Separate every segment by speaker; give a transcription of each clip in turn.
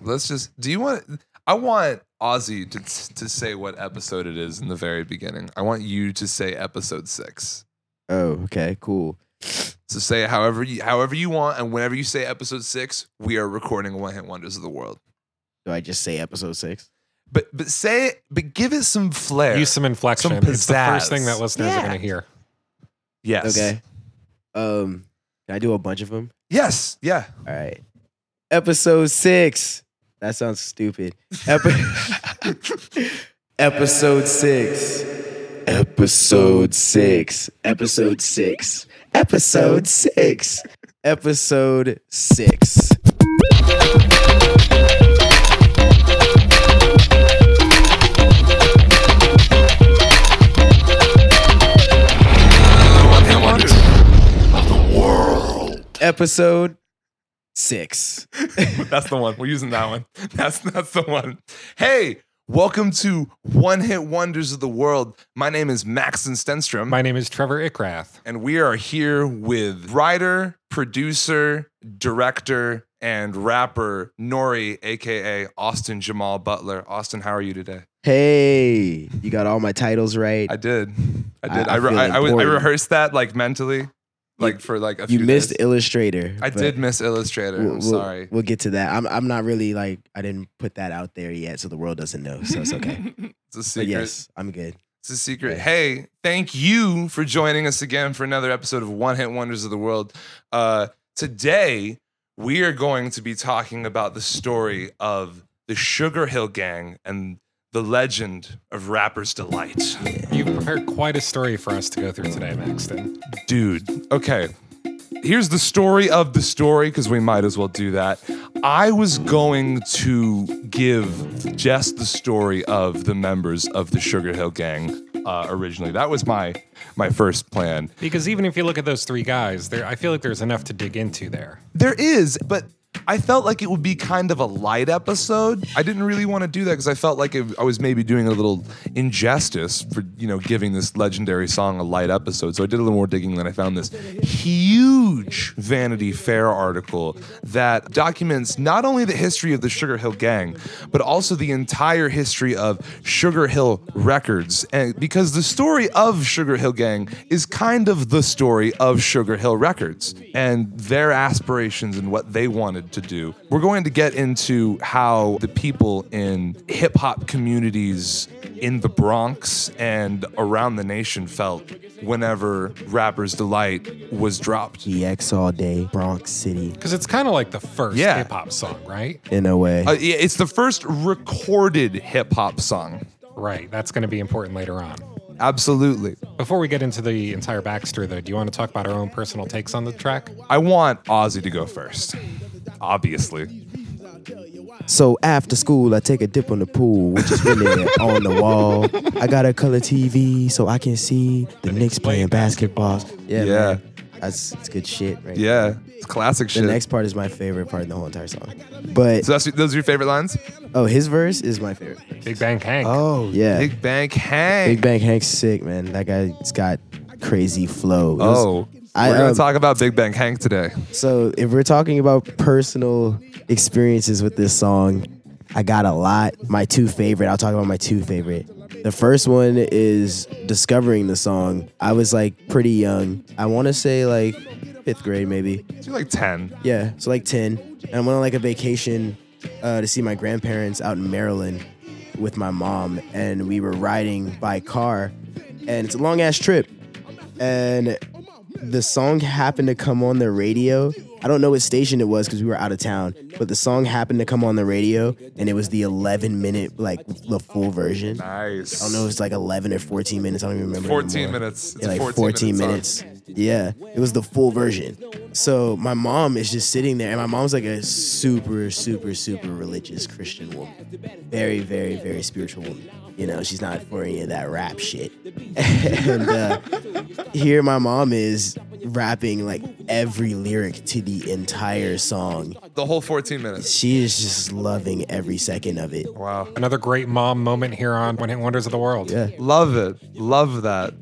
Speaker 1: Let's just. Do you want? I want Ozzy to to say what episode it is in the very beginning. I want you to say episode six.
Speaker 2: Oh, okay, cool.
Speaker 1: So say it however you however you want, and whenever you say episode six, we are recording One Hit Wonders of the World.
Speaker 2: Do I just say episode six?
Speaker 1: But but say it. But give it some flair.
Speaker 3: Use some inflection.
Speaker 1: Some
Speaker 3: It's the first thing
Speaker 1: pizzazz.
Speaker 3: that listeners
Speaker 2: Yeah.
Speaker 3: are going to hear.
Speaker 1: yes.
Speaker 2: Okay. Um, can I do a bunch of them?
Speaker 1: Yes. Yeah.
Speaker 2: All right. Episode six. That sounds stupid. Epi- episode six. Episode six. Episode six. Episode six. Episode six. Episode six.
Speaker 1: That's the one. We're using that one. That's that's the one. Hey, welcome to One Hit Wonders of the World. My name is Maxon Stenstrom,
Speaker 3: My name is Trevor Ickrath.
Speaker 1: and we are here with writer, producer, director, and rapper Nori, aka Austin Jamal Butler. Austin, how are you today?
Speaker 2: Hey, you got all my titles right.
Speaker 1: I did. I did.
Speaker 2: I-
Speaker 1: I
Speaker 2: I
Speaker 1: I, re-
Speaker 2: feel
Speaker 1: I, I, was, I
Speaker 2: important.
Speaker 1: rehearsed that like mentally, like for like a
Speaker 2: you
Speaker 1: few
Speaker 2: missed
Speaker 1: days.
Speaker 2: Illustrator.
Speaker 1: I
Speaker 2: but
Speaker 1: did miss Illustrator.
Speaker 2: we'll-
Speaker 1: I'm
Speaker 2: we'll-
Speaker 1: sorry.
Speaker 2: We'll get to that. I'm I'm not really like I didn't put that out there yet, so the world doesn't know. So it's okay.
Speaker 1: It's a
Speaker 2: but
Speaker 1: secret.
Speaker 2: yes, I'm good.
Speaker 1: It's a secret.
Speaker 2: Yeah.
Speaker 1: Hey, thank you for joining us again for another episode of One Hit Wonders of the World. Uh, today, we are going to be talking about the story of the Sugar Hill Gang and the legend of Rapper's Delight.
Speaker 3: You prepared quite a story for us to go through today, Maxton.
Speaker 1: Dude, okay. Here's the story of the story because we might as well do that. I was going to give just the story of the members of the Sugar Hill Gang uh, originally. That was my my first plan.
Speaker 3: Because even if you look at those three guys, there I feel like there's enough to dig into there.
Speaker 1: There is, but I felt like it would be kind of a light episode. I didn't really want to do that because I felt like it, I was maybe doing a little injustice for you know giving this legendary song a light episode. So I did a little more digging, and I found this huge Vanity Fair article that documents not only the history of the Sugar Hill Gang, but also the entire history of Sugar Hill Records, and because the story of Sugar Hill Gang is kind of the story of Sugar Hill Records and their aspirations and what they wanted to do. We're going to get into how the people in hip hop communities in the Bronx and around the nation felt whenever Rapper's Delight was dropped.
Speaker 2: DX E all day, Bronx City,
Speaker 3: Because it's kind of like the first
Speaker 1: Yeah.
Speaker 3: hip hop song, right?
Speaker 2: in a way.
Speaker 1: Uh, yeah, it's the first recorded hip hop song.
Speaker 3: Right. That's going to be important later on.
Speaker 1: Absolutely.
Speaker 3: Before we get into the entire backstory, though, do you want to talk about our own personal takes on the track?
Speaker 1: I want Ozzy to go first. Obviously.
Speaker 2: So after school, I take a dip on the pool, which is really on the wall. I got a color TV so I can see the, Knicks playing basketball.
Speaker 1: Yeah.
Speaker 2: Yeah, man. That's, that's good shit, right?
Speaker 1: Yeah, it's classic
Speaker 2: The
Speaker 1: shit.
Speaker 2: next part is my favorite part in the whole entire song. But
Speaker 1: so that's, those are your favorite lines?
Speaker 2: oh, his verse is my favorite.
Speaker 3: Big Bang Hank.
Speaker 1: Oh,
Speaker 2: Yeah.
Speaker 1: Big Bang Hang.
Speaker 2: Big Bang Hank's sick, man. That guy's got crazy flow. It was-
Speaker 1: Oh,
Speaker 2: I,
Speaker 1: we're gonna
Speaker 2: um,
Speaker 1: talk about Big Bang Hank today.
Speaker 2: So if we're talking about personal experiences with this song, I got a lot. My two favorite. I'll talk about my two favorite. The first one is discovering the song. I was like pretty young. I want to say like fifth grade maybe.
Speaker 1: You're like ten.
Speaker 2: Yeah, so like 10. And I went on like a vacation uh, to see my grandparents out in Maryland with my mom. And we were riding by car. And it's a long ass trip. And the song happened to come on the radio. I don't know what station it was because we were out of town, but the song happened to come on the radio and it was the 11 minute, like the full version. I
Speaker 1: Nice.
Speaker 2: don't know, it was like 11 or 14 minutes. I don't even remember.
Speaker 1: 14
Speaker 2: anymore
Speaker 1: minutes. It's
Speaker 2: yeah,
Speaker 1: a
Speaker 2: like 14,
Speaker 1: 14 minute
Speaker 2: minutes. Yeah, it was the full version. So my mom is just sitting there, and my mom's like a super, super, super religious Christian woman. Very, very, very spiritual woman. You know, she's not for any of that rap shit. and uh, here my mom is rapping like every lyric to the entire song.
Speaker 1: The whole 14 minutes.
Speaker 2: She is just loving every second of it.
Speaker 1: Wow.
Speaker 3: Another great mom moment here on One Hit Wonders of the World.
Speaker 2: Yeah.
Speaker 1: Love it. Love that.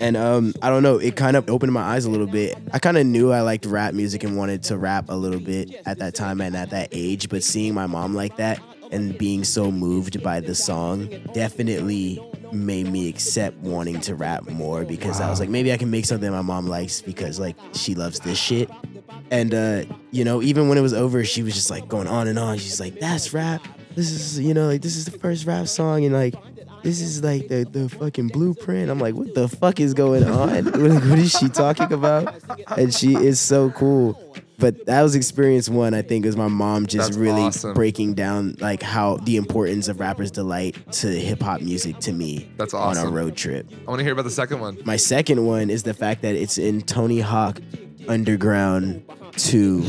Speaker 2: And um, I don't know, it kind of opened my eyes a little bit. I kind of knew I liked rap music and wanted to rap a little bit at that time and at that age, but seeing my mom like that and being so moved by the song definitely made me accept wanting to rap more because I was like, maybe I can make something my mom likes because like she loves this shit. And uh, you know, even when it was over, she was just like going on and on. She's like, "That's rap. This is you know like this is the first rap song, and like this is like the the fucking blueprint." I'm like, "What the fuck is going on? what, what is she talking about?" And she is so cool. But that was experience one. I think is my mom just
Speaker 1: That's
Speaker 2: really
Speaker 1: awesome.
Speaker 2: breaking down like how the importance of rappers' delight to hip hop music to me.
Speaker 1: That's
Speaker 2: on a
Speaker 1: awesome.
Speaker 2: road trip.
Speaker 1: I want to hear about the second one.
Speaker 2: My second one is the fact that it's in Tony Hawk Underground 2.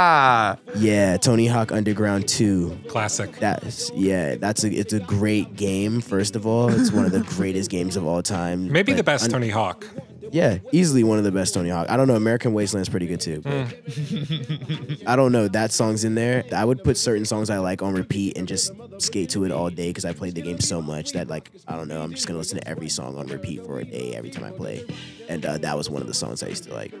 Speaker 2: yeah, Tony Hawk Underground 2.
Speaker 3: Classic.
Speaker 2: That's yeah, that's a it's a great game first of all. It's one of the greatest games of all time.
Speaker 3: Maybe
Speaker 2: But
Speaker 3: the best
Speaker 2: un-
Speaker 3: Tony Hawk.
Speaker 2: Yeah, easily one of the best Tony Hawk. I don't know, American Wasteland's pretty good too. But
Speaker 3: Mm.
Speaker 2: I don't know, that song's in there. I would put certain songs I like on repeat and just skate to it all day cuz I played the game so much that like I don't know, I'm just going to listen to every song on repeat for a day every time I play. And uh, that was one of the songs I used to like.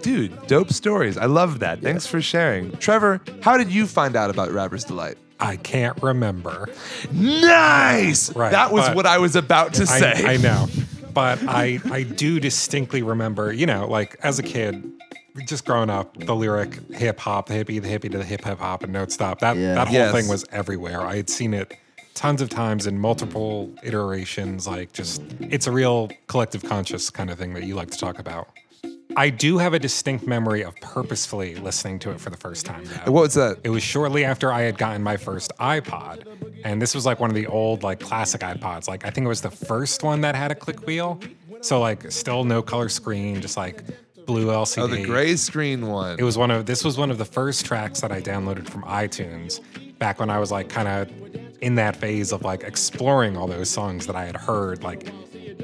Speaker 1: Dude, dope stories. I love that. Thanks for sharing. Trevor, how did you find out about Rapper's Delight?
Speaker 3: I can't remember.
Speaker 1: Nice.
Speaker 3: Right,
Speaker 1: that was
Speaker 3: but-
Speaker 1: what I was about to
Speaker 3: I,
Speaker 1: say.
Speaker 3: I know. But I, I do distinctly remember, you know, like as a kid, just growing up, the lyric hip hop, the hippie, the hippie to the hip hip hop and don't stop. That
Speaker 2: Yeah.
Speaker 3: that whole
Speaker 1: Yes.
Speaker 3: thing was everywhere. I had seen it tons of times in multiple iterations, like just it's a real collective conscious kind of thing that you like to talk about. I do have a distinct memory of purposefully listening to it for the first time. Though.
Speaker 1: What was that?
Speaker 3: It was shortly after I had gotten my first iPod. And this was like one of the old, like classic iPods. Like, I think it was the first one that had a click wheel. So, like, still no color screen, just like blue LCD.
Speaker 1: Oh, the gray screen one.
Speaker 3: It was one of, this was one of the first tracks that I downloaded from iTunes back when I was like kind of in that phase of like exploring all those songs that I had heard, like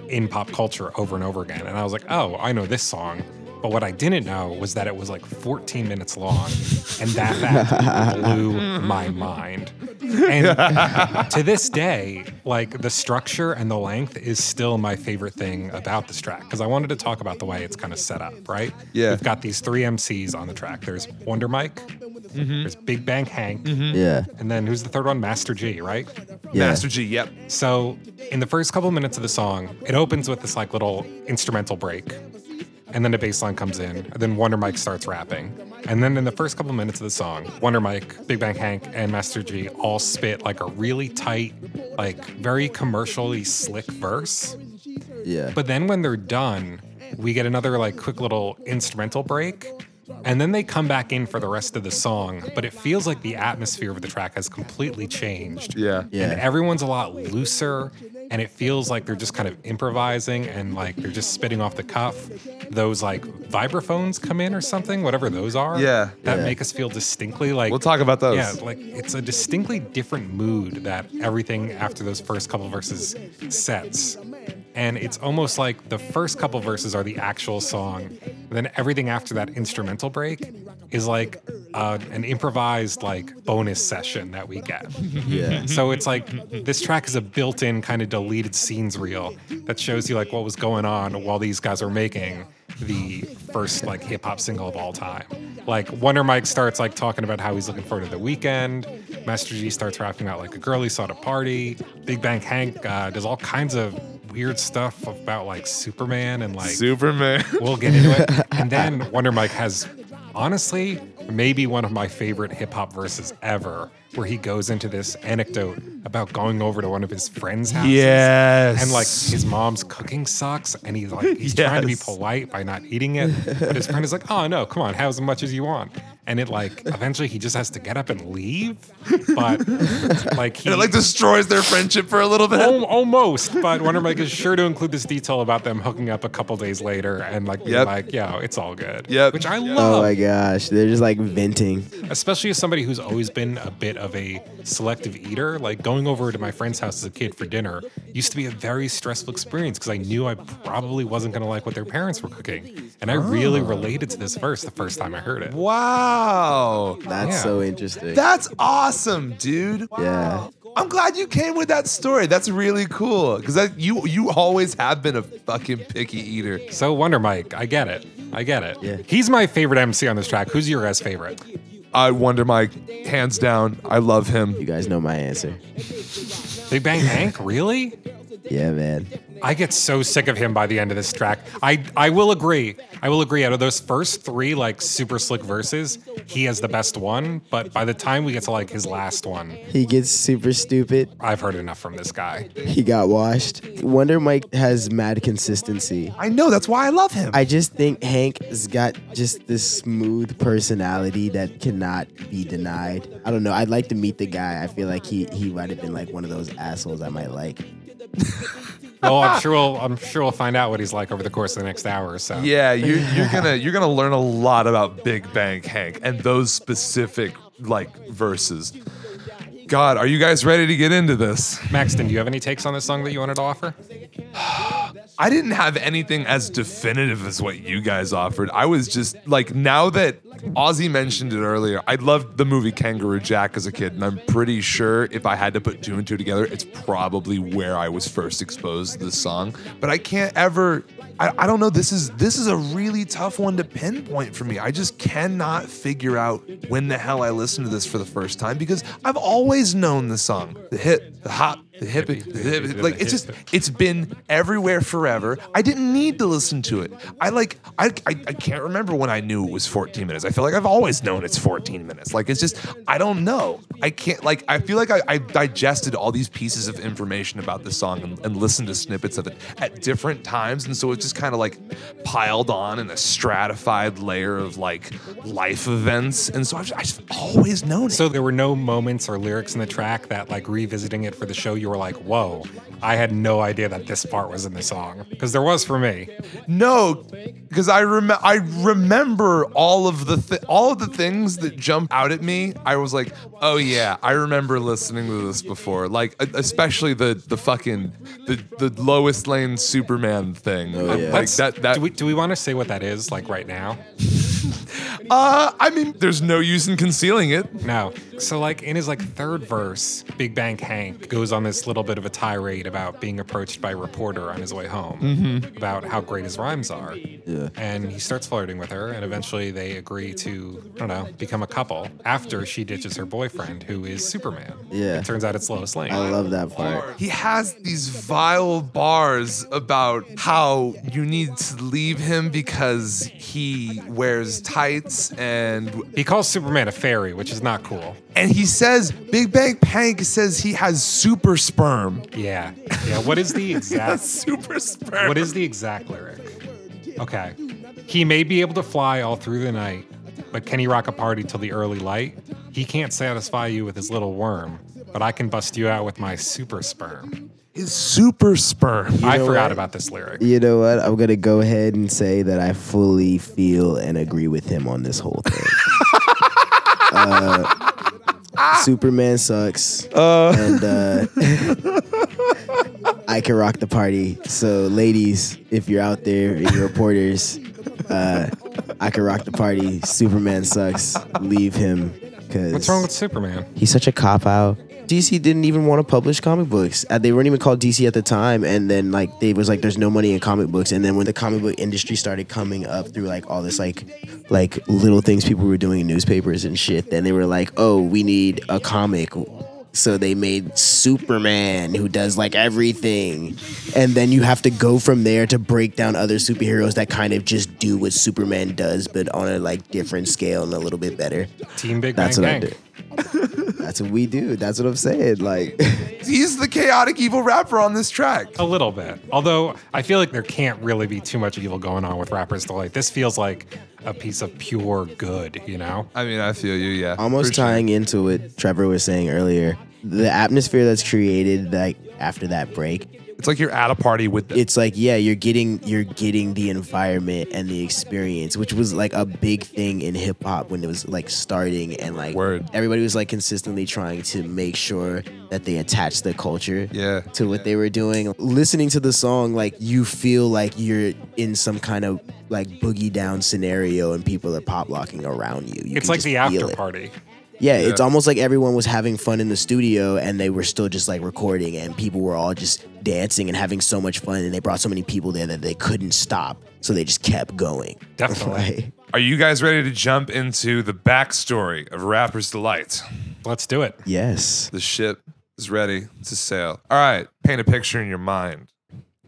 Speaker 3: in pop culture over and over again. And I was like, oh, I know this song. But what I didn't know was that it was like 14 minutes long. And that fact blew my mind. And to this day, like the structure and the length is still my favorite thing about this track. Because I wanted to talk about the way it's kind of set up, right?
Speaker 1: Yeah.
Speaker 3: We've got these three MCs on the track there's Wonder Mike, there's Big Bang Hank,
Speaker 2: Yeah.
Speaker 3: and then who's the third one? Master G, right?
Speaker 2: Yeah.
Speaker 1: Master G. Yep.
Speaker 3: So, in the first couple minutes of the song, it opens with this like little instrumental break, and then a bass line comes in, and then Wonder Mike starts rapping. And then in the first couple minutes of the song, Wonder Mike, Big Bang Hank, and Master G all spit like a really tight, like very commercially slick verse.
Speaker 2: Yeah.
Speaker 3: But then when they're done, we get another like quick little instrumental break. And then they come back in for the rest of the song, but it feels like the atmosphere of the track has completely changed.
Speaker 1: Yeah.
Speaker 2: Yeah.
Speaker 3: And everyone's a lot looser, and it feels like they're just kind of improvising and like they're just spitting off the cuff. Those like vibraphones come in or something, whatever those are.
Speaker 1: Yeah.
Speaker 3: That
Speaker 2: Yeah.
Speaker 3: make us feel distinctly like
Speaker 1: We'll talk about those.
Speaker 3: yeah, like it's a distinctly different mood that everything after those first couple verses sets. And it's almost like the first couple verses are the actual song, and then everything after that instrumental break is like uh, an improvised like bonus session that we get.
Speaker 2: Yeah.
Speaker 3: So it's like this track is a built-in kind of deleted scenes reel that shows you like what was going on while these guys were making the first like hip hop single of all time. Like Wonder Mike starts like talking about how he's looking forward to the weekend. Master G starts rapping about like a girl he saw at a party. Big Bang Hank uh, does all kinds of weird stuff about like Superman and like
Speaker 1: Superman.
Speaker 3: we'll get into it. And then Wonder Mike has, honestly, maybe one of my favorite hip hop verses ever, where he goes into this anecdote about going over to one of his friends' houses.
Speaker 1: Yes.
Speaker 3: And like his mom's cooking sucks, and he's like he's trying to be
Speaker 1: Yes.
Speaker 3: polite by not eating it, but his friend is like, "Oh no, come on, have as much as you want." And it like eventually he just has to get up and leave, but like he
Speaker 1: and it like destroys their friendship for a little bit.
Speaker 3: Al- almost, but Wonder Mike is sure to include this detail about them hooking up a couple days later and like being
Speaker 1: Yep.
Speaker 3: like, yo, it's all good.
Speaker 1: Yep.
Speaker 3: Which I
Speaker 2: Oh
Speaker 3: love,
Speaker 2: my gosh, they're just like venting.
Speaker 3: especially as somebody who's always been a bit of a selective eater. Like going over to my friend's house as a kid for dinner used to be a very stressful experience because I knew I probably wasn't going to like what their parents were cooking. And I really
Speaker 2: Oh.
Speaker 3: related to this verse the first time I heard it.
Speaker 1: Wow.
Speaker 2: That's
Speaker 3: Yeah.
Speaker 2: so interesting.
Speaker 1: That's awesome, dude.
Speaker 2: yeah.
Speaker 1: I'm glad you came with that story. That's really cool because you you always have been a fucking picky eater.
Speaker 3: So Wonder Mike, I get it. I get it.
Speaker 2: Yeah.
Speaker 3: He's my favorite MC on this track. Who's your guys' favorite?
Speaker 1: I wonder, Mike, hands down, I love
Speaker 2: You
Speaker 1: him.
Speaker 2: guys know my answer.
Speaker 3: Big Bang Hank? Really?
Speaker 2: Yeah, man.
Speaker 3: I get so sick of him by the end of this track. I I will agree. I will agree. Out of those first three like super slick verses, he has the best one. But by the time we get to like his last one,
Speaker 2: He gets super stupid.
Speaker 3: I've heard enough from this guy.
Speaker 2: He got washed. Wonder Mike has mad consistency.
Speaker 1: I know that's why I love him.
Speaker 2: I just think Hank has got just this smooth personality that cannot be denied. I don't know. I'd like to meet the guy. I feel like he he might have been like one of those assholes I might like.
Speaker 3: Well, I'm sure we'll I'm sure we'll find out what he's like over the course of the next hour or so.
Speaker 1: yeah, you, you're gonna you're gonna learn a lot about Big Bang Hank and those specific like verses. God, are you guys ready to get into this?
Speaker 3: Maxton, do you have any takes on this song that you wanted to offer?
Speaker 1: I didn't have anything as definitive as what you guys offered. I was just like, now that Ozzy mentioned it earlier, I loved the movie Kangaroo Jack as a kid, and I'm pretty sure if I had to put two and two together, it's probably where I was first exposed to this song. But I can't ever. I, I don't know. This is this is a really tough one to pinpoint for me. I just cannot figure out when the hell I listened to this for the first time because I've always known the song, the hit, the hop, the hippie, the hippie. like it's just it's been everywhere forever. I didn't need to listen to it. I like I, I I can't remember when I knew it was 14 minutes. I feel like I've always known it's 14 minutes. Like it's just I don't know. I can't like I feel like I, I digested all these pieces of information about this song and, and listened to snippets of it at different times, and so it just kind of like piled on in a stratified layer of like life events, and so I've, I've just always known it.
Speaker 3: So there were no moments or lyrics in the track that, like, revisiting it for the show, you were like, "Whoa, I had no idea that this part was in the song." Because there was for me.
Speaker 1: No, because I rem- I remember all of the th- all of the things that jump out at me. I was like, oh yeah, I remember listening to this before. Like e- especially the the fucking the the lowest lane Superman thing.
Speaker 2: Oh,
Speaker 1: Uh,
Speaker 2: yeah.
Speaker 1: Like that that.
Speaker 3: do we do we want to say what that is like right now?
Speaker 1: uh, I mean, there's no use in concealing it.
Speaker 3: No. So like in his like third verse, Big Bang Hank goes on this little bit of a tirade about being approached by a reporter on his way home about how great his rhymes are. Yeah. And he starts flirting with her and eventually they agree to, I don't know, become a couple after she ditches her boyfriend who is Superman.
Speaker 2: Yeah.
Speaker 3: It turns out it's Lois Lane.
Speaker 2: I love that part.
Speaker 1: He has these vile bars about how you need to leave him because he wears tights and
Speaker 3: he calls Superman a fairy, which is not cool.
Speaker 1: and he says Big Bang Pank says he has super sperm.
Speaker 3: Yeah. Yeah. What is the exact
Speaker 1: super sperm.
Speaker 3: What is the exact lyric? Okay. He may be able to fly all through the night, but can he rock a party till the early light? He can't satisfy you with his little worm, but I can bust you out with my super sperm.
Speaker 1: his super sperm?
Speaker 3: I
Speaker 2: know
Speaker 3: forgot
Speaker 2: what?
Speaker 3: about this lyric.
Speaker 2: You know what? I'm gonna go ahead and say that I fully feel and agree with him on this whole thing. uh, Superman sucks, and uh, I can rock the party. So, ladies, if you're out there, and you're reporters, uh, I can rock the party. Superman sucks. Leave him. Cause
Speaker 3: What's wrong with Superman?
Speaker 2: He's such a cop out. DC didn't even want to publish comic books. Uh, They weren't even called DC at the time, and then like they was like, "There's no money in comic books." And then when the comic book industry started coming up through like all this like like little things people were doing in newspapers and shit, then they were like, "Oh, we need a comic." So they made Superman, who does like everything, and then you have to go from there to break down other superheroes that kind of just do what Superman does, but on a like different scale and a little bit better.
Speaker 3: Team Big
Speaker 2: That's
Speaker 3: Bang
Speaker 2: what I
Speaker 3: Hank.
Speaker 2: do. That's what we do. That's what I'm saying. Like,
Speaker 1: He's the chaotic evil rapper on this track.
Speaker 3: A little bit. Although I feel like there can't really be too much evil going on with Rapper's Delight. This feels like a piece of pure good, you know?
Speaker 1: I mean, I feel you. Yeah,
Speaker 2: almost
Speaker 1: For sure.
Speaker 2: tying into what Trevor was saying earlier, the atmosphere that's created like after that break,
Speaker 1: It's like you're at a party with the
Speaker 2: it's like yeah, you're getting you're getting the environment and the experience, which was like a big thing in hip hop when it was like starting and like
Speaker 1: Word.
Speaker 2: everybody was like consistently trying to make sure that they attach the culture
Speaker 1: Yeah.
Speaker 2: to what they were doing. Listening to the song, like you feel like you're in some kind of like boogie down scenario and people are pop locking around you. You
Speaker 3: It's
Speaker 2: can
Speaker 3: like
Speaker 2: just
Speaker 3: the
Speaker 2: feel
Speaker 3: after
Speaker 2: it.
Speaker 3: party.
Speaker 2: Yeah, it's
Speaker 1: Yeah.
Speaker 2: almost like everyone was having fun in the studio and they were still just like recording and people were all just dancing and having so much fun and they brought so many people there that they couldn't stop. So they just kept going.
Speaker 3: Definitely.
Speaker 2: Like,
Speaker 1: Are you guys ready to jump into the backstory of Rapper's Delight?
Speaker 3: Let's do it.
Speaker 2: yes.
Speaker 1: The ship is ready to sail. All right, paint a picture in your mind.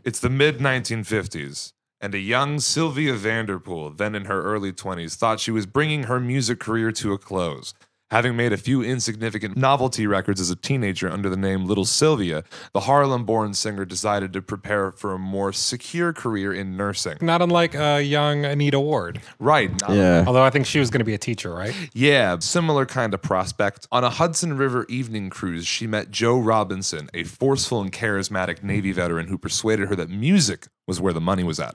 Speaker 1: It's the mid 1950s, and a young Sylvia Vanderpool, then in her early 20s, thought she was bringing her music career to a close. Having made a few insignificant novelty records as a teenager under the name Little Sylvia, the Harlem born singer decided to prepare for a more secure career in nursing.
Speaker 3: Not unlike uh, young Anita Ward,
Speaker 1: Right. not-
Speaker 3: although I think she was going to be a teacher, right?
Speaker 1: Yeah, similar kind of prospect. On a Hudson River evening cruise, she met Joe Robinson, a forceful and charismatic Navy veteran who persuaded her that music was where the money was at.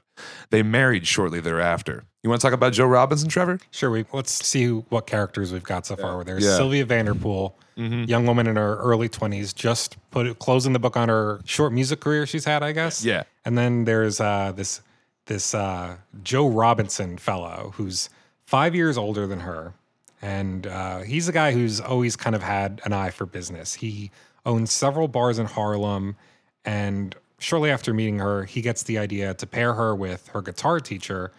Speaker 1: They married shortly thereafter. You want to talk about Joe Robinson, Trevor?
Speaker 3: Sure. We let's see who- what characters we've got so far. There's
Speaker 1: Yeah.
Speaker 3: Sylvia Vanderpool, young woman in her early 20s, just put closing the book on her short music career she's had, I guess.
Speaker 1: Yeah.
Speaker 3: And then there's uh, this this uh, Joe Robinson fellow who's five years older than her, and uh, he's a guy who's always kind of had an eye for business. He owns several bars in Harlem, and shortly after meeting her, he gets the idea to pair her with her guitar teacher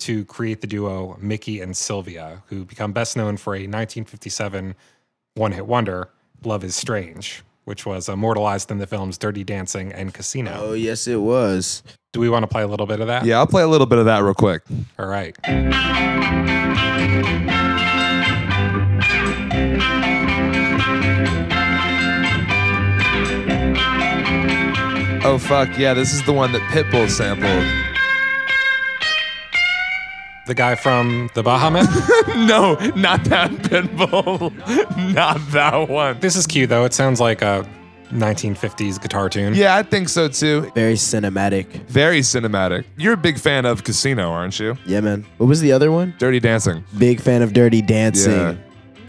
Speaker 3: to create the duo Mickey and Sylvia, who become best known for a 1957 one hit wonder, Love is Strange, which was immortalized in the films Dirty Dancing and Casino.
Speaker 2: Oh, yes, it was.
Speaker 3: Do we want to play a little bit of that?
Speaker 1: Yeah, I'll play a little bit of that real quick.
Speaker 3: All right.
Speaker 1: Oh, fuck. Yeah, this is the one that Pitbull sampled.
Speaker 3: The guy from the Bahamas.
Speaker 1: no, not that Pitbull. not that one.
Speaker 3: this is cute though. It sounds like a 1950s guitar tune.
Speaker 1: Yeah, I think so too.
Speaker 2: Very cinematic.
Speaker 1: Very cinematic. You're a big fan of Casino, aren't you?
Speaker 2: Yeah, man. What was the other one?
Speaker 1: Dirty Dancing.
Speaker 2: Big fan of Dirty Dancing.
Speaker 1: Yeah.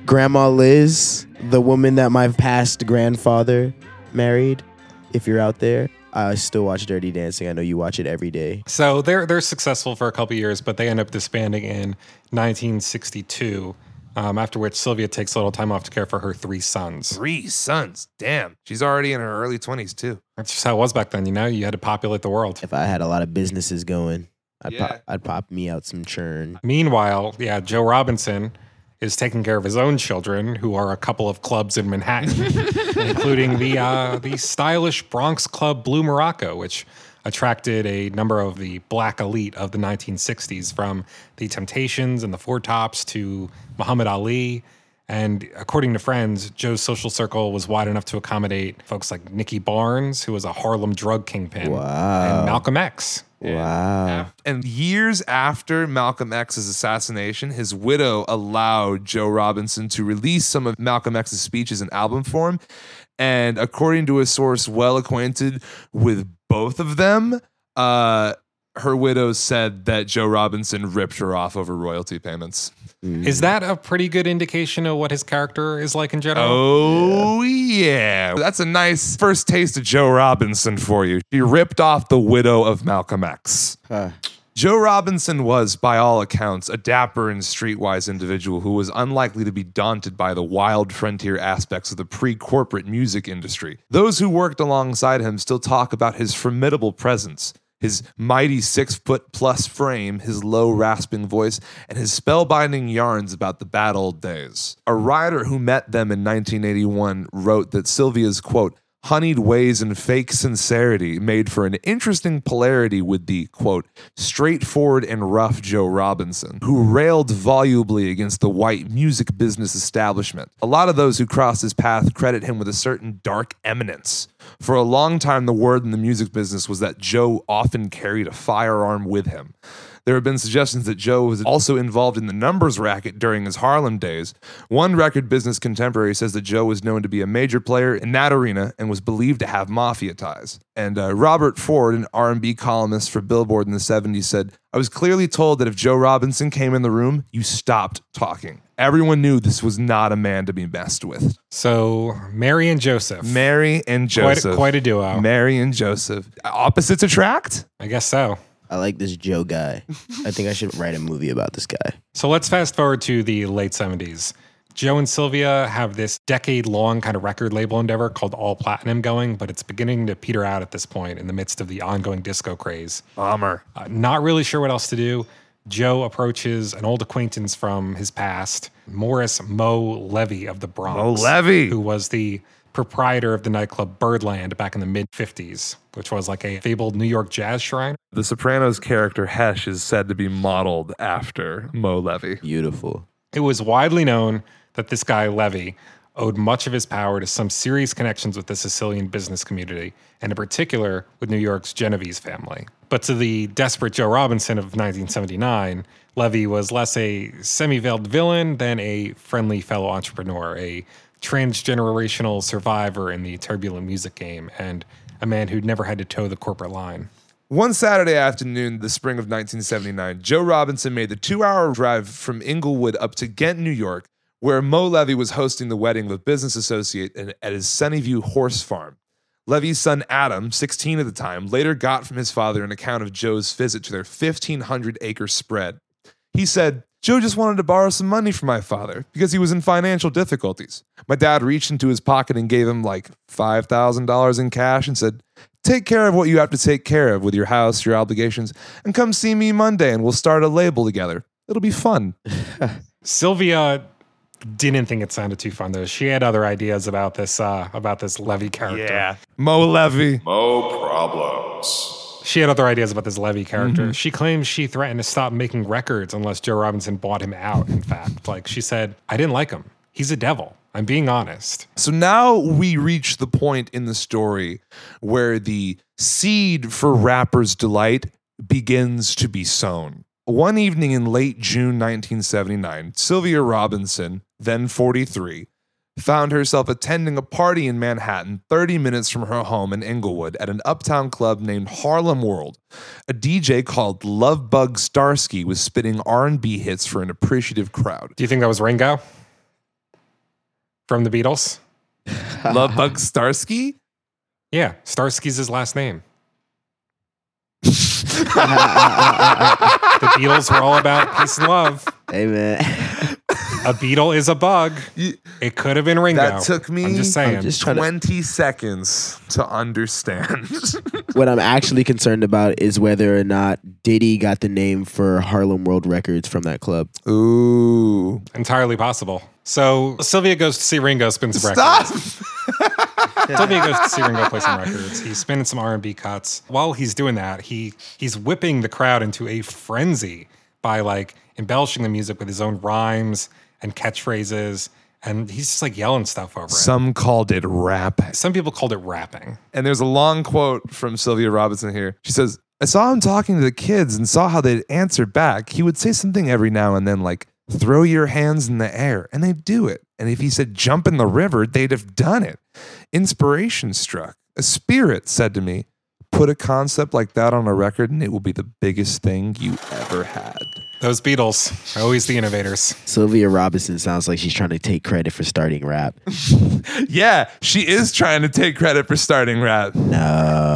Speaker 2: Grandma Liz, the woman that my past grandfather married. If you're out there, I still watch Dirty Dancing. I know you watch it every day.
Speaker 3: So they're they're successful for a couple years, but they end up disbanding in 1962. Um, after which Sylvia takes a little time off to care for her three sons.
Speaker 1: Three sons. Damn. She's already in her early 20s, too.
Speaker 3: That's just how it was back then. You know, you had to populate the world.
Speaker 2: If I had a lot of businesses going, I'd,
Speaker 1: Yeah.
Speaker 2: pop, I'd pop me out some churn.
Speaker 3: Meanwhile, yeah, Joe Robinson is taking care of his own children, who are a couple of clubs in Manhattan, including the uh, the stylish Bronx club Blue Morocco, which attracted a number of the black elite of the 1960s, from the Temptations and the Four Tops to Muhammad Ali. And according to friends, Joe's social circle was wide enough to accommodate folks like Nicky Barnes, who was a Harlem drug kingpin, and Malcolm X.
Speaker 2: Wow.
Speaker 1: And years after Malcolm X's assassination, his widow allowed Joe Robinson to release some of Malcolm X's speeches in album form. And according to a source well acquainted with both of them, uh, her widow said that Joe Robinson ripped her off over royalty payments.
Speaker 3: Is that a pretty good indication of what his character is like in general?
Speaker 1: Oh, yeah. That's a nice first taste of Joe Robinson for you. She ripped off the widow of Malcolm X.
Speaker 2: Huh.
Speaker 1: Joe Robinson was, by all accounts, a dapper and streetwise individual who was unlikely to be daunted by the wild frontier aspects of the pre corporate music industry. Those who worked alongside him still talk about his formidable presence. His mighty six foot plus frame, his low rasping voice, and his spellbinding yarns about the bad old days. A writer who met them in 1981 wrote that Sylvia's quote, honeyed ways and fake sincerity made for an interesting polarity with the quote straightforward and rough joe robinson who railed volubly against the white music business establishment a lot of those who crossed his path credit him with a certain dark eminence for a long time the word in the music business was that joe often carried a firearm with him there have been suggestions that Joe was also involved in the numbers racket during his Harlem days. One record business contemporary says that Joe was known to be a major player in that arena and was believed to have mafia ties. And uh, Robert Ford, an R&B columnist for Billboard in the 70s, said, "I was clearly told that if Joe Robinson came in the room, you stopped talking. Everyone knew this was not a man to be messed with."
Speaker 3: So Mary and Joseph.
Speaker 1: Mary and
Speaker 3: quite,
Speaker 1: Joseph.
Speaker 3: quite a duo.
Speaker 1: Mary and Joseph. Opposites attract?
Speaker 3: I guess so.
Speaker 2: I like this Joe guy. I think I should write a movie about this guy.
Speaker 3: So let's fast forward to the late 70s. Joe and Sylvia have this decade long kind of record label endeavor called All Platinum going, but it's beginning to peter out at this point in the midst of the ongoing disco craze.
Speaker 1: Bummer.
Speaker 3: Uh, not really sure what else to do. Joe approaches an old acquaintance from his past, Morris Mo Levy of the Bronx.
Speaker 1: Mo Levy.
Speaker 3: Who was the proprietor of the nightclub Birdland back in the mid 50s, which was like a fabled New York jazz shrine.
Speaker 1: The Sopranos character Hesh is said to be modeled after Mo Levy.
Speaker 2: Beautiful.
Speaker 3: It was widely known that this guy, Levy, owed much of his power to some serious connections with the Sicilian business community, and in particular with New York's Genovese family. But to the desperate Joe Robinson of 1979, Levy was less a semi veiled villain than a friendly fellow entrepreneur, a transgenerational survivor in the turbulent music game, and a man who'd never had to toe the corporate line.
Speaker 1: One Saturday afternoon, the spring of 1979, Joe Robinson made the two hour drive from Inglewood up to Ghent, New York, where Mo Levy was hosting the wedding of a business associate in- at his Sunnyview horse farm. Levy's son Adam, 16 at the time, later got from his father an account of Joe's visit to their 1,500 acre spread. He said, Joe just wanted to borrow some money from my father because he was in financial difficulties. My dad reached into his pocket and gave him like $5,000 in cash and said, Take care of what you have to take care of with your house, your obligations, and come see me Monday and we'll start a label together. It'll be fun.
Speaker 3: Sylvia didn't think it sounded too fun though. She had other ideas about this uh, about this Levy character.
Speaker 1: Mo Levy.
Speaker 4: Mo problems.
Speaker 3: She had other ideas about this Levy character. She claims she threatened to stop making records unless Joe Robinson bought him out. In fact, like she said, I didn't like him. He's a devil. I'm being honest.
Speaker 1: So now we reach the point in the story where the seed for Rapper's Delight begins to be sown. One evening in late June 1979, Sylvia Robinson, then 43, found herself attending a party in Manhattan 30 minutes from her home in Inglewood at an uptown club named Harlem World. A DJ called Lovebug Starsky was spitting R&B hits for an appreciative crowd.
Speaker 3: Do you think that was Ringo from the Beatles?
Speaker 1: Lovebug Starsky?
Speaker 3: Yeah, Starsky's his last name. The Beatles were all about peace and love.
Speaker 2: Hey man,
Speaker 3: A beetle is a bug.
Speaker 1: You-
Speaker 3: It could have been Ringo.
Speaker 1: That took me-
Speaker 3: I'm just saying.
Speaker 2: I'm just trying to.
Speaker 1: 20 seconds to understand.
Speaker 2: What I'm actually concerned about is whether or not Diddy got the name for Harlem World Records from that club.
Speaker 1: Ooh.
Speaker 3: Entirely possible. So Sylvia goes to see Ringo spin some
Speaker 1: Stop!
Speaker 3: records. Sylvia goes to see Ringo play some records. He's spinning some R and B cuts. While he's doing that, he he's whipping the crowd into a frenzy by like embellishing the music with his own rhymes and catchphrases, and he's just like yelling stuff over it.
Speaker 1: Some called it rap.
Speaker 3: Some people called it rapping.
Speaker 1: And there's a long quote from Sylvia Robinson here. She says, I saw him talking to the kids and saw how they'd answer back. He would say something every now and then, like, throw your hands in the air, and they'd do it. And if he said, jump in the river, they'd have done it. Inspiration struck. A spirit said to me, put a concept like that on a record, and it will be the biggest thing you ever had.
Speaker 3: Those Beatles are always the innovators.
Speaker 2: Sylvia Robinson sounds like she's trying to take credit for starting rap.
Speaker 1: Yeah, she is trying to take credit for starting rap.
Speaker 2: No.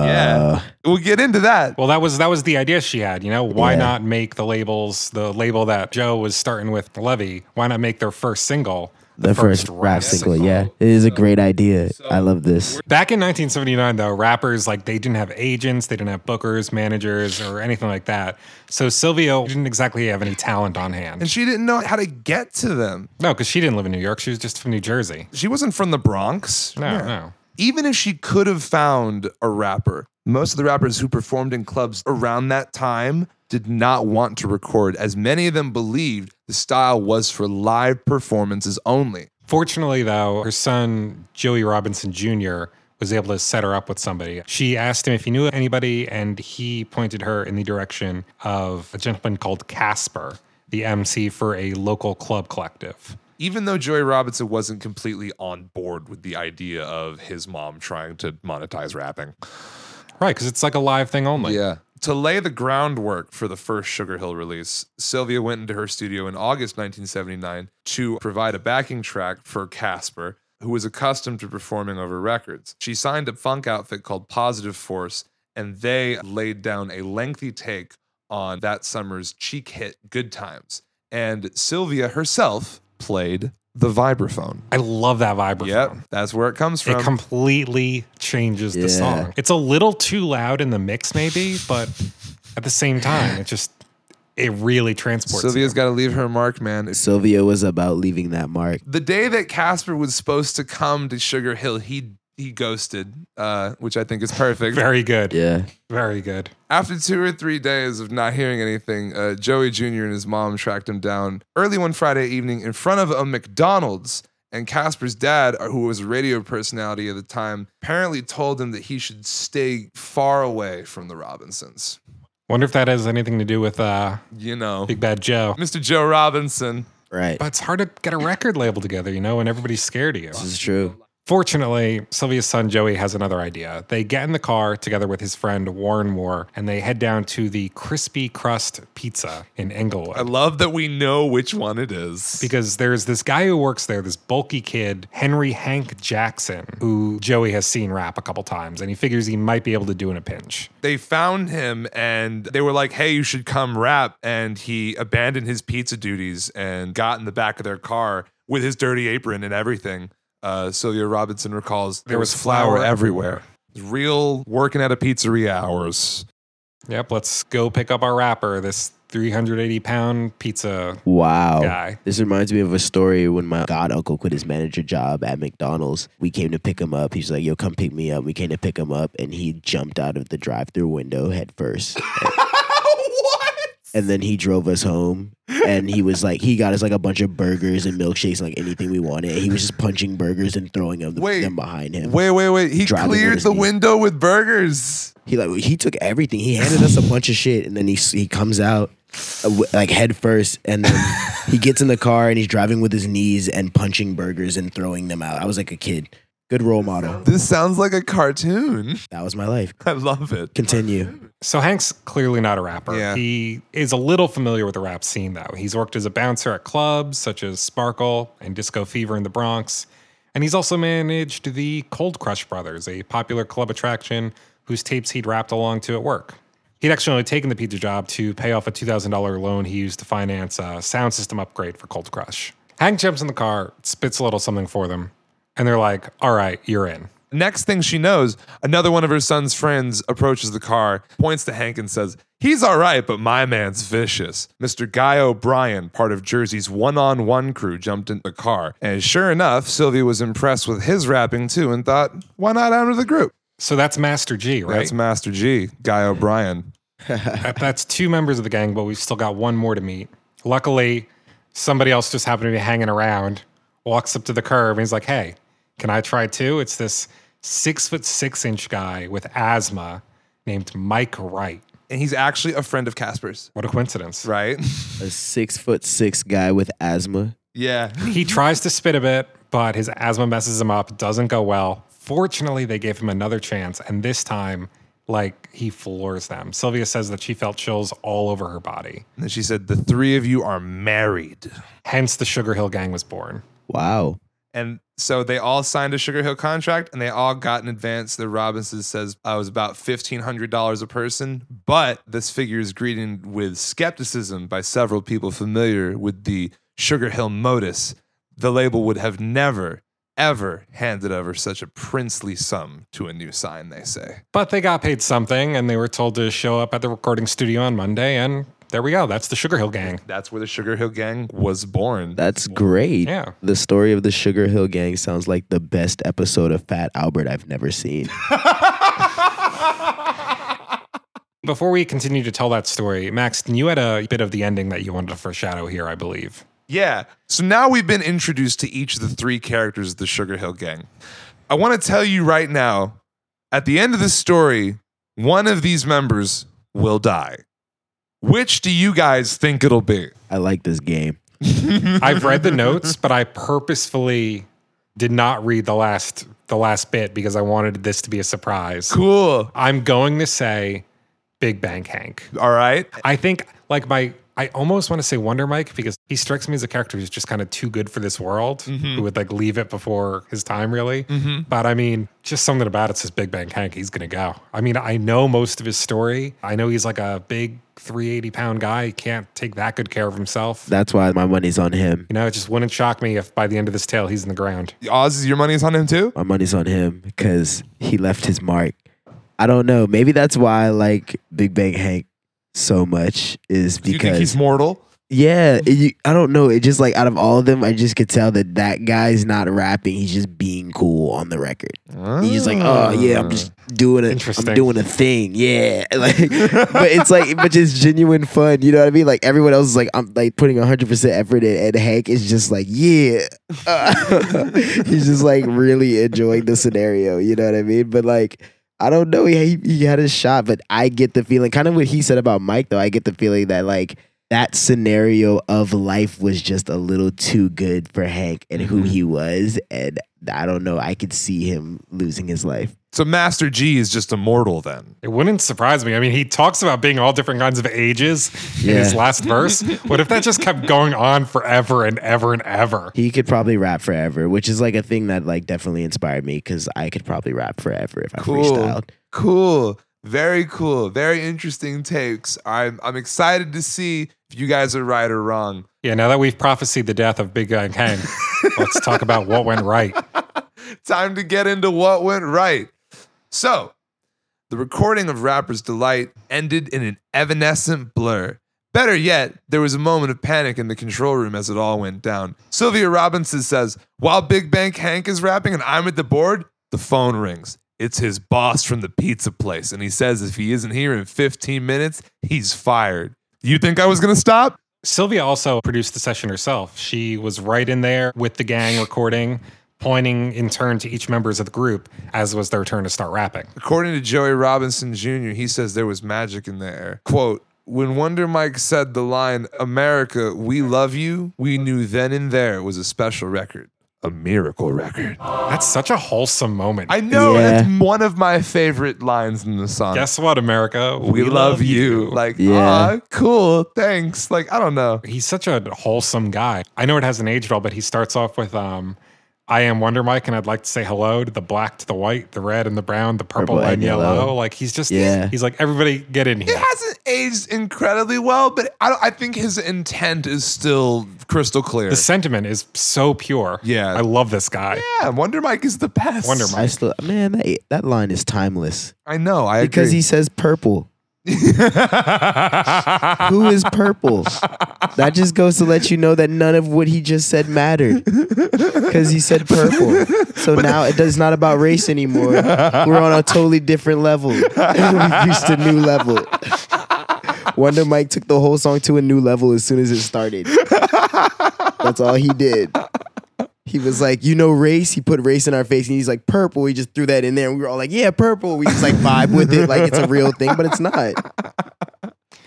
Speaker 1: Yeah. We'll get into that.
Speaker 3: Well, that was that was the idea she had. You know, why
Speaker 2: Yeah.
Speaker 3: not make the labels the label that Joe was starting with Levy? Why not make their first single
Speaker 2: The, first, rap single, yeah. It is a great idea. I love this.
Speaker 3: Back in 1979, though, rappers like they didn't have agents, they didn't have bookers, managers, or anything like that. So Sylvia didn't exactly have any talent
Speaker 1: And
Speaker 3: on hand.
Speaker 1: she didn't know how to get to them.
Speaker 3: No, because she didn't live in New York; she was just from New Jersey.
Speaker 1: She wasn't from the Bronx.
Speaker 3: No,
Speaker 1: Yeah.
Speaker 3: no.
Speaker 1: Even if she could have found a rapper, most of the rappers who performed in clubs around that time did not want to record, as many of them believed the style was for live performances only.
Speaker 3: Fortunately, though, her son Joey Robinson Jr. was able to set her up with somebody. She asked him if he knew anybody, and he pointed her in the direction of a gentleman called Casper, the MC for a local club collective.
Speaker 1: Even though Joey Robinson wasn't completely on board with the idea of his mom trying to monetize rapping.
Speaker 3: Right, because it's like a live thing only.
Speaker 1: Yeah. To lay the groundwork for the first Sugar Hill release, Sylvia went into her studio in August 1979 to provide a backing track for Casper, who was accustomed to performing over records. She signed a funk outfit called Positive Force, and they laid down a lengthy take on that summer's cheek hit Good Times. And Sylvia herself played the vibraphone.
Speaker 3: I love that vibraphone.
Speaker 1: Yep, that's where it comes from.
Speaker 3: It completely changes
Speaker 2: Yeah.
Speaker 3: the song. It's a little too loud in the mix, maybe, but at the same time, it just it really transports. you.
Speaker 1: Sylvia's got to leave her mark, man. If-
Speaker 2: Sylvia was about leaving that mark.
Speaker 1: the day that Casper was supposed to come to Sugar Hill, he he ghosted, uh, which I think is perfect.
Speaker 3: very good,
Speaker 2: Yeah.
Speaker 3: very good.
Speaker 1: After two or three days of not hearing anything, uh, Joey Jr. and his mom tracked him down early one Friday evening in front of a McDonald's. And Casper's dad, uh, who was a radio personality at the time, apparently told him that he should stay far away from the Robinsons.
Speaker 3: Wonder if that has anything to do with uh,
Speaker 1: You know,
Speaker 3: Big Bad Joe.
Speaker 1: Mr. Joe Robinson.
Speaker 2: Right.
Speaker 3: But it's hard to get a record label together, you know, and everybody's scared of you.
Speaker 2: This is true.
Speaker 3: Fortunately, Sylvia's son Joey has another idea. They get in the car together with his friend Warren Moore and they head down to the Crispy Crust Pizza in Englewood.
Speaker 1: I love that we know which one it is.
Speaker 3: because there's this guy who works there, this bulky kid, Henry Hank Jackson, who Joey has seen rap a couple times, and he figures he might be able to do in a pinch.
Speaker 1: they found him and they were like, hey, you should come rap. And he abandoned his pizza duties and got in the back of their car with his dirty apron and everything. Uh, Sylvia Robinson recalls there was flour everywhere. Real working at a pizzeria hours.
Speaker 3: Yep, let's go pick up our rapper, this 380 pound pizza
Speaker 2: Wow.
Speaker 3: guy.
Speaker 2: This reminds me of a story when my god uncle quit his manager job at McDonald's. We came to pick him up. He's like, "Yo, come pick me up." We came to pick him up, and he jumped out of the drive-through window head first.
Speaker 1: what?
Speaker 2: And then he drove us home, and he was like, he got us like a bunch of burgers and milkshakes, and, like anything we wanted. And he was just punching burgers and throwing them,
Speaker 1: Wait.
Speaker 2: them behind him.
Speaker 1: Wait, wait, wait. He
Speaker 2: Driving
Speaker 1: cleared
Speaker 2: with
Speaker 1: the
Speaker 2: me.
Speaker 1: window with burgers.
Speaker 2: He like he took everything. He handed us a bunch of shit, and then he he comes out uh, w- like head first, and then he gets in the car and he's driving with his knees and punching burgers and throwing them out. I was like a kid. Good role model.
Speaker 1: This sounds like a cartoon.
Speaker 2: That was my life.
Speaker 1: I love it.
Speaker 2: Continue.
Speaker 3: So Hank's clearly not a rapper.
Speaker 1: Yeah.
Speaker 3: He is a little familiar with the rap scene, though. He's worked as a bouncer at clubs such as Sparkle and Disco Fever in the Bronx. And he's also managed the Cold Crush Brothers, a popular club attraction whose tapes he'd rapped along to at work. He'd actually only taken the pizza job to pay off a $2,000 loan he used to finance a sound system upgrade for Cold Crush. Hank jumps in the car, spits a little something for them, and they're like, all right, you're in.
Speaker 1: Next thing she knows, another one of her son's friends approaches the car, points to Hank, and says, He's all right, but my man's vicious. Mr. Guy O'Brien, part of Jersey's one on one crew, jumped in the car. And sure enough, Sylvia was impressed with his rapping too and thought, why not out of the group?
Speaker 3: So that's Master G, right?
Speaker 1: That's Master G, Guy O'Brien.
Speaker 3: That- That's two members of the gang, but we've still got one more to meet. Luckily, somebody else just happened to be hanging around, walks up to the curb, and he's like, Hey, can I try too? It's this six foot six inch guy with asthma named Mike Wright.
Speaker 1: And he's actually a friend of Casper's,
Speaker 3: What a coincidence.
Speaker 1: right?
Speaker 2: A six foot six guy with asthma.
Speaker 1: yeah.
Speaker 3: He tries to spit a bit, but his asthma messes him up, doesn't go well. Fortunately, they gave him another chance, and this time, like, he floors them. Sylvia says that she felt chills all over her body.
Speaker 1: And then she said, The three of you are married.
Speaker 3: Hence, the Sugar Hill Gang was born.
Speaker 2: Wow.
Speaker 1: And so they all signed a Sugar Hill contract and they all got in advance. The Robinson says I was about $1,500 a person, but this figure is greeted with skepticism by several people familiar with the Sugar Hill modus. The label would have never, ever handed over such a princely sum to a new sign, they say.
Speaker 3: But they got paid something and they were told to show up at the recording studio on Monday. And there we go. That's the Sugar Hill Gang.
Speaker 1: That's where the Sugar Hill Gang was born.
Speaker 2: That's great.
Speaker 3: Yeah.
Speaker 2: The story of the Sugar Hill Gang sounds like the best episode of Fat Albert I've never seen.
Speaker 3: Before we continue to tell that story, Max, you had a bit of the ending that you wanted to foreshadow here, I believe.
Speaker 1: Yeah. So now we've been introduced to each of the three characters of the Sugar Hill Gang. I want to tell you right now at the end of this story, one of these members will die. Which do you guys think it'll be?
Speaker 2: I like this game.
Speaker 3: I've read the notes, but I purposefully did not read the last the last bit because I wanted this to be a surprise.
Speaker 1: Cool.
Speaker 3: I'm going to say Big Bang Hank.
Speaker 1: All right.
Speaker 3: I think like my I almost want to say Wonder Mike because he strikes me as a character who's just kind of too good for this world, who would like leave it before his time, really.
Speaker 1: Mm-hmm.
Speaker 3: But I mean, just something about it says Big Bang Hank, he's going to go. I mean, I know most of his story. I know he's like a big 380 pound guy. He can't take that good care of himself.
Speaker 2: That's why my money's on him.
Speaker 3: You know, it just wouldn't shock me if by the end of this tale, he's in the ground.
Speaker 1: Oz, your money is on him too?
Speaker 2: My money's on him because he left his mark. I don't know. Maybe that's why I like Big Bang Hank so much is
Speaker 1: Do you think
Speaker 2: because
Speaker 1: he's mortal?
Speaker 2: yeah, it- you, I don't know. It just like out of all of them, I just could tell that that guy's not rapping. He's just being cool on the record. He's just like,
Speaker 1: Ah.
Speaker 2: oh yeah, I'm just doing a,
Speaker 3: Interesting.
Speaker 2: I'm doing a thing, yeah. Like, but it's like, but just genuine fun. You know what I mean? Like everyone else is like, I'm like putting 100 percent effort in, and Hank is just like, yeah. Uh, he's just like really enjoying the scenario. You know what I mean? But like, I don't know. He he had his shot, but I get the feeling, kind of what he said about Mike, though. I get the feeling that like. That scenario of life was just a little too good for Hank and who he was. And I don't know. I could see him losing his life.
Speaker 1: So Master G is just immortal then.
Speaker 3: It wouldn't surprise me. I mean, he talks about being all different kinds of ages in his
Speaker 2: Yeah.
Speaker 3: last verse. What if that just kept going on forever and ever and ever?
Speaker 2: He could probably rap forever, which is like a thing that like definitely inspired me because I could probably rap forever if I freestyled.
Speaker 1: Cool. Very cool. Very interesting takes. I'm I'm excited to see if you guys are right or wrong.
Speaker 3: Yeah, now that we've prophesied the death of Big Guy Kang, let's talk about what went right.
Speaker 1: Time to get into what went right. So, the recording of Rapper's Delight ended in an evanescent blur. Better yet, there was a moment of panic in the control room as it all went down. Sylvia Robinson says, While Big Bank Hank is rapping and I'm at the board, the phone rings. It's his boss from the pizza place, and he says if he isn't here in 15 minutes, he's fired. You think I was gonna stop?
Speaker 3: Sylvia also produced the session herself. She was right in there with the gang recording, pointing in turn to each members of the group as was their turn to start rapping.
Speaker 1: According to Joey Robinson Jr., he says there was magic in the air. Quote, when Wonder Mike said the line, America, we love you, we knew then and there it was a special record. A miracle record.
Speaker 3: That's such a wholesome moment.
Speaker 1: I know
Speaker 2: Yeah.
Speaker 1: that's one of my favorite lines in the song.
Speaker 3: Guess what, America?
Speaker 1: we, love, you. Like,
Speaker 2: Yeah.
Speaker 1: ah, cool, thanks. Like, I don't know.
Speaker 3: he's such a wholesome guy. I know it hasn't aged well, but he starts off with um, "I am Wonder Mike, and I'd like to say hello to the black, to the white, the red, and the brown, the purple,
Speaker 2: Purple
Speaker 3: and,
Speaker 2: and
Speaker 3: yellow.
Speaker 2: yellow.
Speaker 3: Like he's just,
Speaker 2: Yeah.
Speaker 3: he's like, everybody get in
Speaker 1: It
Speaker 3: here.
Speaker 1: hasn't aged incredibly well, but I, I think his intent is still crystal clear.
Speaker 3: The sentiment is so pure.
Speaker 1: Yeah.
Speaker 3: I love this guy.
Speaker 1: yeah, Wonder Mike is the best.
Speaker 3: Wonder Mike.
Speaker 2: I still, man, that that line is timeless
Speaker 1: I know. I
Speaker 2: because
Speaker 1: agree.
Speaker 2: he says purple. Who is purple? That just goes to let you know that none of what he just said mattered because he said purple. So now it does not about race anymore. We're on a totally different level. We've reached a new level. Wonder Mike took the whole song to a new level as soon as it started. That's all he did. He was like, you know, race. He put race in our face, and he's like, purple. He just threw that in there, and we were all like, yeah, purple. We just like vibe with it, like it's a real thing, but it's not.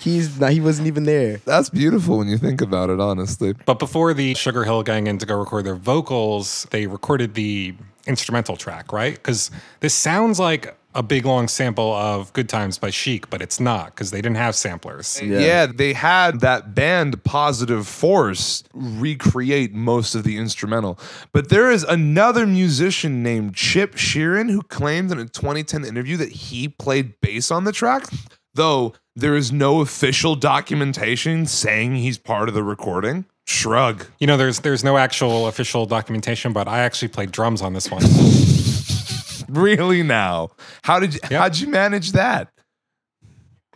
Speaker 2: He's not. He wasn't even there.
Speaker 1: That's beautiful when you think about it, honestly.
Speaker 3: But before the Sugar Hill Gang and to go record their vocals, they recorded the instrumental track, right? Because this sounds like a big long sample of Good Times by Chic, but it's not because they didn't have samplers.
Speaker 1: Yeah. they had that band Positive Force recreate most of the instrumental. But there is another musician named Chip Sheeran who claimed in a 2010 interview that he played bass on the track, though there is no official documentation saying he's part of the recording. Shrug.
Speaker 3: You know, there's there's no actual official documentation, but I actually played drums on this one.
Speaker 1: Really now. How did you, how'd you manage that?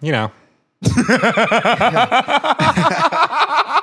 Speaker 3: You know.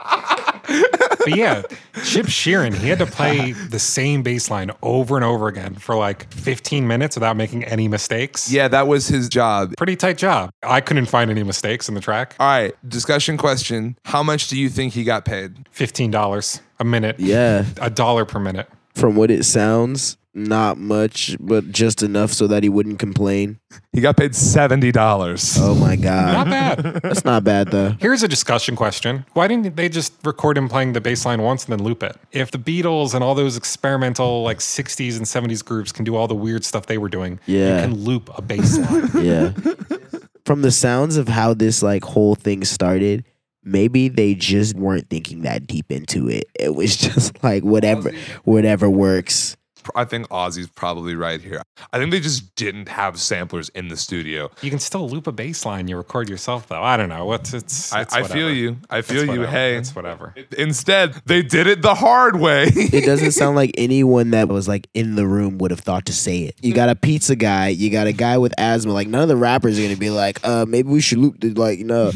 Speaker 3: but yeah, Chip Sheeran, he had to play the same bass line over and over again for like 15 minutes without making any mistakes.
Speaker 1: Yeah, that was his job.
Speaker 3: Pretty tight job. I couldn't find any mistakes in the track.
Speaker 1: All right, discussion question. How much do you think he got paid?
Speaker 3: $15 a minute.
Speaker 2: Yeah.
Speaker 3: A dollar per minute.
Speaker 2: From what it sounds, not much, but just enough so that he wouldn't complain.
Speaker 1: He got paid $70.
Speaker 2: Oh my
Speaker 3: Not
Speaker 2: god,
Speaker 3: bad.
Speaker 2: that's not bad though.
Speaker 3: Here's a discussion question. Why didn't they just record him playing the bass line once and then loop it? If the Beatles and all those experimental like 60s and 70s groups can do all the weird stuff they were doing,
Speaker 2: Yeah.
Speaker 3: you can loop a bass line.
Speaker 2: Yeah. From the sounds of how this like whole thing started, maybe they just weren't thinking that deep into it. It was just like whatever, whatever works.
Speaker 1: I think Ozzy's probably right here. I think they just didn't have samplers in the studio.
Speaker 3: You can still loop a bass line you record yourself, though. I don't know. What's it's.
Speaker 1: I,
Speaker 3: it's
Speaker 1: I
Speaker 3: whatever.
Speaker 1: feel you. I
Speaker 3: It's
Speaker 1: feel you.
Speaker 3: whatever.
Speaker 1: Hey,
Speaker 3: it's whatever.
Speaker 1: instead they did it the hard way.
Speaker 2: It doesn't sound like anyone that was like in the room would have thought to say it. You got a pizza guy, you got a guy with asthma. Like none of the rappers are gonna be like, uh, maybe we should loop the like no.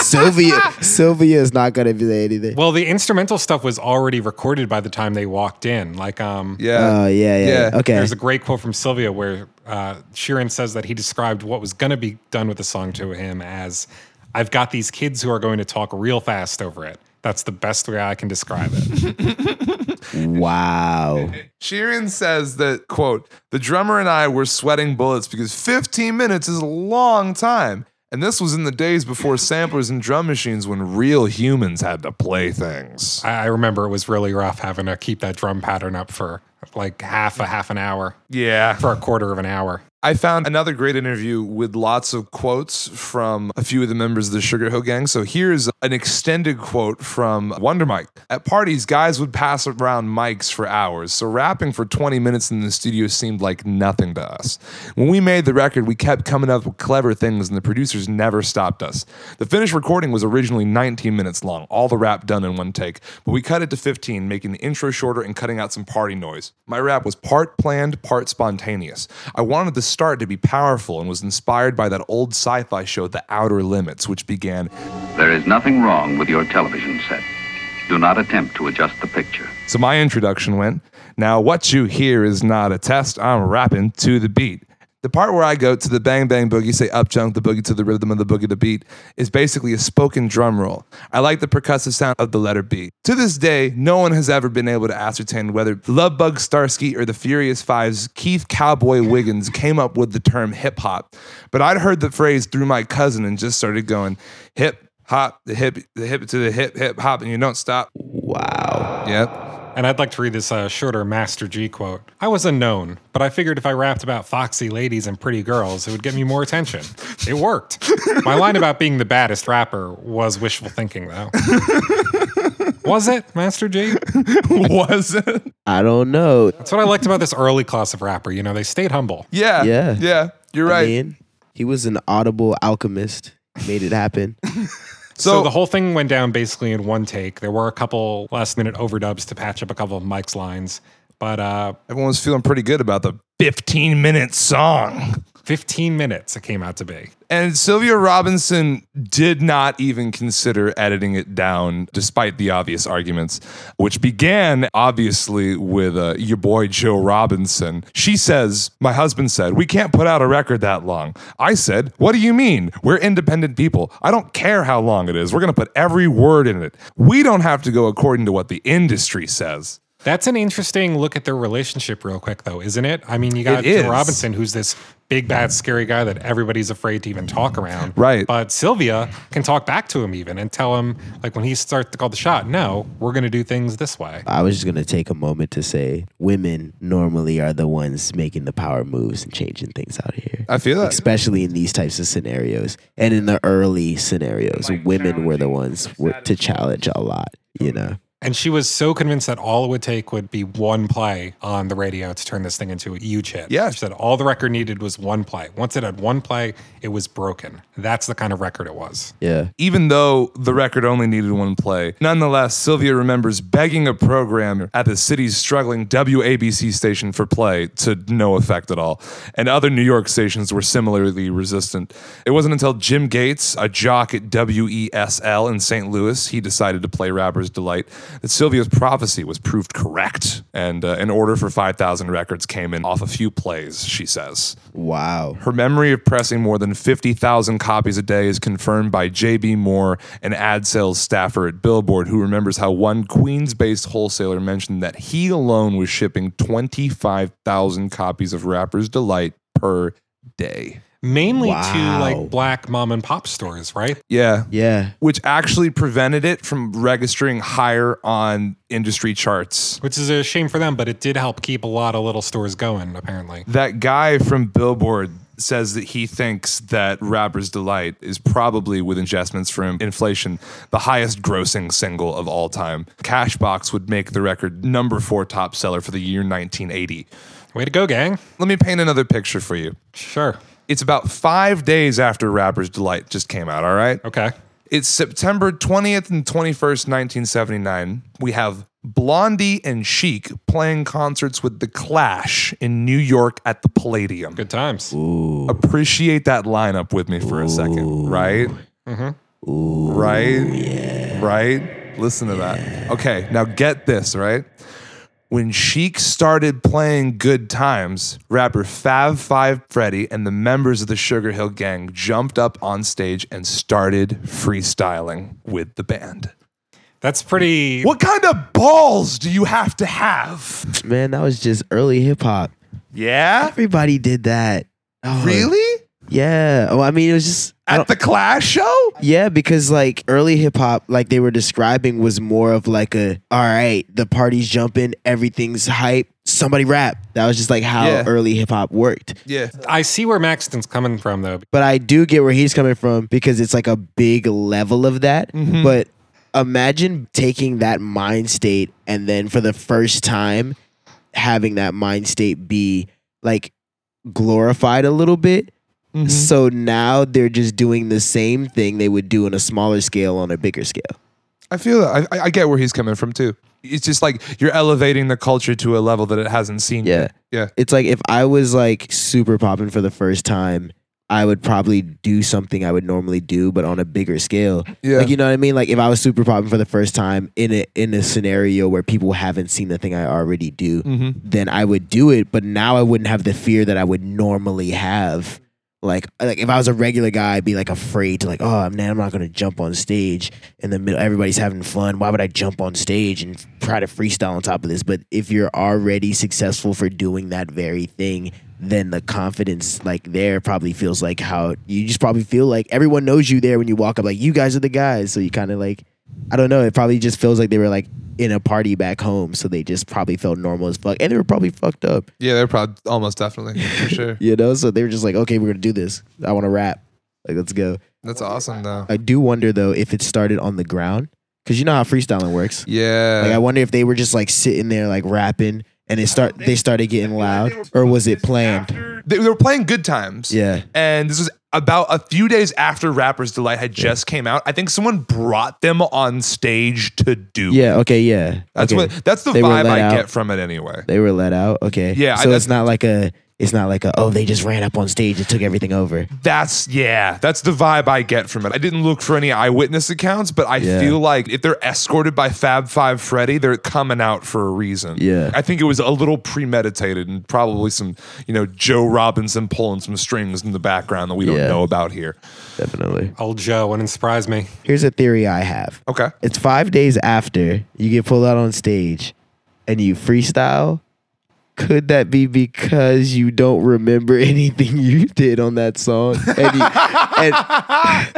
Speaker 2: Sylvia Sylvia is not gonna be anything.
Speaker 3: Well, the instrumental stuff was already recorded by the time they walked in. Like, um,
Speaker 1: yeah.
Speaker 2: Oh yeah, yeah.
Speaker 1: Yeah.
Speaker 2: Okay.
Speaker 3: There's a great quote from Sylvia where uh, Sheeran says that he described what was going to be done with the song to him as I've got these kids who are going to talk real fast over it. That's the best way I can describe it.
Speaker 2: Wow.
Speaker 1: Sheeran says that, quote, the drummer and I were sweating bullets because 15 minutes is a long time. And this was in the days before samplers and drum machines when real humans had to play things.
Speaker 3: I, I remember it was really rough having to keep that drum pattern up for like half a half an hour,
Speaker 1: Yeah.
Speaker 3: for a quarter of an hour.
Speaker 1: I found another great interview with lots of quotes from a few of the members of the Sugar Hill Gang. So here's an extended quote from Wonder Mike. At parties, guys would pass around mics for hours, so rapping for 20 minutes in the studio seemed like nothing to us. When we made the record, we kept coming up with clever things, and the producers never stopped us. The finished recording was originally 19 minutes long, all the rap done in one take, but we cut it to 15, making the intro shorter and cutting out some party noise. My rap was part planned, part spontaneous. I wanted the start to be powerful and was inspired by that old sci fi show, The Outer Limits, which began.
Speaker 5: There is nothing wrong with your television set. Do not attempt to adjust the picture.
Speaker 1: So my introduction went, Now what you hear is not a test, I'm rapping to the beat. The part where I go to the bang bang boogie, say up jump the boogie to the rhythm of the boogie the beat, is basically a spoken drum roll. I like the percussive sound of the letter B. To this day, no one has ever been able to ascertain whether Love Bug Starsky or the Furious Five's Keith Cowboy Wiggins came up with the term hip hop. But I'd heard the phrase through my cousin and just started going hip hop, the hip, the hip to the hip, hip hop, and you don't stop.
Speaker 2: Wow.
Speaker 1: Yep.
Speaker 3: And I'd like to read this uh, shorter Master G quote. I was unknown, but I figured if I rapped about foxy ladies and pretty girls, it would get me more attention. It worked. My line about being the baddest rapper was wishful thinking, though. was it, Master G?
Speaker 1: was it?
Speaker 2: I don't know.
Speaker 3: That's what I liked about this early class of rapper. You know, they stayed humble.
Speaker 1: Yeah.
Speaker 2: Yeah.
Speaker 1: Yeah. You're right.
Speaker 2: I mean, he was an audible alchemist. Made it happen.
Speaker 1: so,
Speaker 3: So, the whole thing went down basically in one take. There were a couple last minute overdubs to patch up a couple of Mike's lines, but uh,
Speaker 1: everyone was feeling pretty good about the 15 minute song.
Speaker 3: 15 minutes it came out to be.
Speaker 1: And Sylvia Robinson did not even consider editing it down, despite the obvious arguments, which began obviously with uh, your boy Joe Robinson. She says, My husband said, We can't put out a record that long. I said, What do you mean? We're independent people. I don't care how long it is. We're going to put every word in it. We don't have to go according to what the industry says.
Speaker 3: That's an interesting look at their relationship, real quick, though, isn't it? I mean, you got
Speaker 1: It is.
Speaker 3: Joe Robinson, who's this big, bad, scary guy that everybody's afraid to even talk around.
Speaker 1: Right.
Speaker 3: But Sylvia can talk back to him even and tell him, like, when he starts to call the shot, no, we're going to do things this way.
Speaker 2: I was just gonna take a moment to say women normally are the ones making the power moves and changing things out here.
Speaker 1: I feel that.
Speaker 2: especially in these types of scenarios and in the early scenarios women were the ones were, to challenge a lot you know
Speaker 3: And she was so convinced that all it would take would be one play on the radio to turn this thing into a huge hit.
Speaker 1: Yeah.
Speaker 3: She said all the record needed was one play. Once it had one play, it was broken. That's the kind of record it was.
Speaker 2: yeah
Speaker 1: Even though the record only needed one play, nonetheless, Sylvia remembers begging a programmer at the city's struggling WABC station for play to no effect at all. And other New York stations were similarly resistant. It wasn't until Jim Gates, a jock at WESL in St. Louis, he decided to play Rapper's Delight, that Sylvia's prophecy was proved correct. And uh, an order for 5,000 records came in off a few plays, she says.
Speaker 2: wow
Speaker 1: Her memory of pressing more than 50,000 copies a day is confirmed by J.B. Moore, an ad sales staffer at Billboard, who remembers how one Queens based wholesaler mentioned that he alone was shipping 25,000 copies of Rapper's Delight per day.
Speaker 3: Mainly to
Speaker 2: Wow.
Speaker 3: like black mom and pop stores, right?
Speaker 1: Yeah.
Speaker 2: yeah
Speaker 1: Which actually prevented it from registering higher on industry charts.
Speaker 3: which is a shame for them, but it did help keep a lot of little stores going, apparently.
Speaker 1: That guy from Billboard says that he thinks that Rapper's Delight is probably, with adjustments for inflation, the highest grossing single of all time. Cashbox would make the record number four top seller for the year 1980.
Speaker 3: Way to go, gang.
Speaker 1: Let me paint another picture for you.
Speaker 3: Sure.
Speaker 1: It's about five days after Rapper's Delight just came out, all right?
Speaker 3: Okay.
Speaker 1: It's September 20th and 21st, 1979. We have Blondie and Chic playing concerts with The Clash in New York at the Palladium.
Speaker 3: Good times.
Speaker 1: Appreciate that lineup with me for a second, right? Mm-hmm. right? Right? Listen to that. Okay, now get this, right? When Chic started playing Good Times, rapper Fav Five Freddy and the members of the Sugar Hill Gang jumped up on stage and started freestyling with the band.
Speaker 3: That's pretty.
Speaker 1: What kind of balls do you have to have?
Speaker 2: Man, that was just early hip hop.
Speaker 1: Yeah?
Speaker 2: Everybody did that. Oh,
Speaker 1: Really?
Speaker 2: Yeah. Oh, I mean, it was just. I
Speaker 1: At
Speaker 2: don't-
Speaker 1: the Clash show?
Speaker 2: yeah, because like early hip hop, like they were describing, was more of like a, all right, the party's jumping, everything's hype, somebody rap. That was just like how
Speaker 1: Yeah.
Speaker 2: early hip hop worked.
Speaker 1: Yeah.
Speaker 3: I see where Maxton's coming from, though.
Speaker 2: But I do get where he's coming from because it's like a big level of that. But imagine taking that mind state and then for the first time having that mind state be like glorified a little bit.
Speaker 1: Mm-hmm.
Speaker 2: So now they're just doing the same thing they would do on a smaller scale on a bigger scale.
Speaker 1: I feel that. I, I get where he's coming from too. It's just like you're elevating the culture to a level that it hasn't seen.
Speaker 2: Yeah.
Speaker 1: yet.
Speaker 2: It's like if I was like super popping for the first time, I would probably do something I would normally do, but on a bigger scale.
Speaker 1: Yeah.
Speaker 2: Like you know what I mean? Like if I was super popping for the first time in a in a scenario where people haven't seen the thing I already do,
Speaker 1: Mm-hmm.
Speaker 2: then I would do it. But now I wouldn't have the fear that I would normally have. Like like if I was a regular guy, I'd be like afraid to like, oh man, I'm not gonna jump on stage in the middle. Everybody's having fun. Why would I jump on stage and try to freestyle on top of this? But if you're already successful for doing that very thing, then the confidence like there probably feels like how you just probably feel like everyone knows you there when you walk up. Like you guys are the guys, so you kind of like. I don't know. It probably just feels like they were like in a party back home, so they just probably felt normal as fuck, and they were probably fucked up,
Speaker 1: Yeah, they're probably almost definitely for sure.
Speaker 2: you know. So they were just like, okay, we're gonna do this. I want to rap. Like, let's go.
Speaker 1: That's awesome though.
Speaker 2: I do wonder though if it started on the ground because you know how freestyling works. Like I
Speaker 1: Yeah,
Speaker 2: wonder if they were just like sitting there like rapping and it start they started getting loud or was it planned?
Speaker 1: they, they were playing Good Times.
Speaker 2: Yeah.
Speaker 1: and this was about a few days after Rapper's Delight had just came out. I think someone brought them on stage to do.
Speaker 2: Yeah, okay, yeah.
Speaker 1: that's
Speaker 2: okay.
Speaker 1: what. That's the
Speaker 2: They were
Speaker 1: vibe
Speaker 2: let
Speaker 1: I
Speaker 2: out.
Speaker 1: get from it anyway.
Speaker 2: they were let out. Okay.
Speaker 1: Yeah, I-
Speaker 2: So
Speaker 1: that's-
Speaker 2: it's not like a it's not like a oh they just ran up on stage and took everything over.
Speaker 1: That's yeah, that's the vibe I get from it. I didn't look for any eyewitness accounts, but I
Speaker 2: Yeah.
Speaker 1: feel like if they're escorted by Fab Five Freddy, they're coming out for a reason.
Speaker 2: Yeah.
Speaker 1: I think it was a little premeditated and probably some, you know, Joe Robinson pulling some strings in the background that we don't
Speaker 2: Yeah.
Speaker 1: know about here.
Speaker 2: Definitely.
Speaker 3: Old Joe wouldn't surprise me.
Speaker 2: Here's a theory I have.
Speaker 1: Okay.
Speaker 2: It's five days after you get pulled out on stage and you freestyle. Could that be because you don't remember anything you did on that song? And you, and,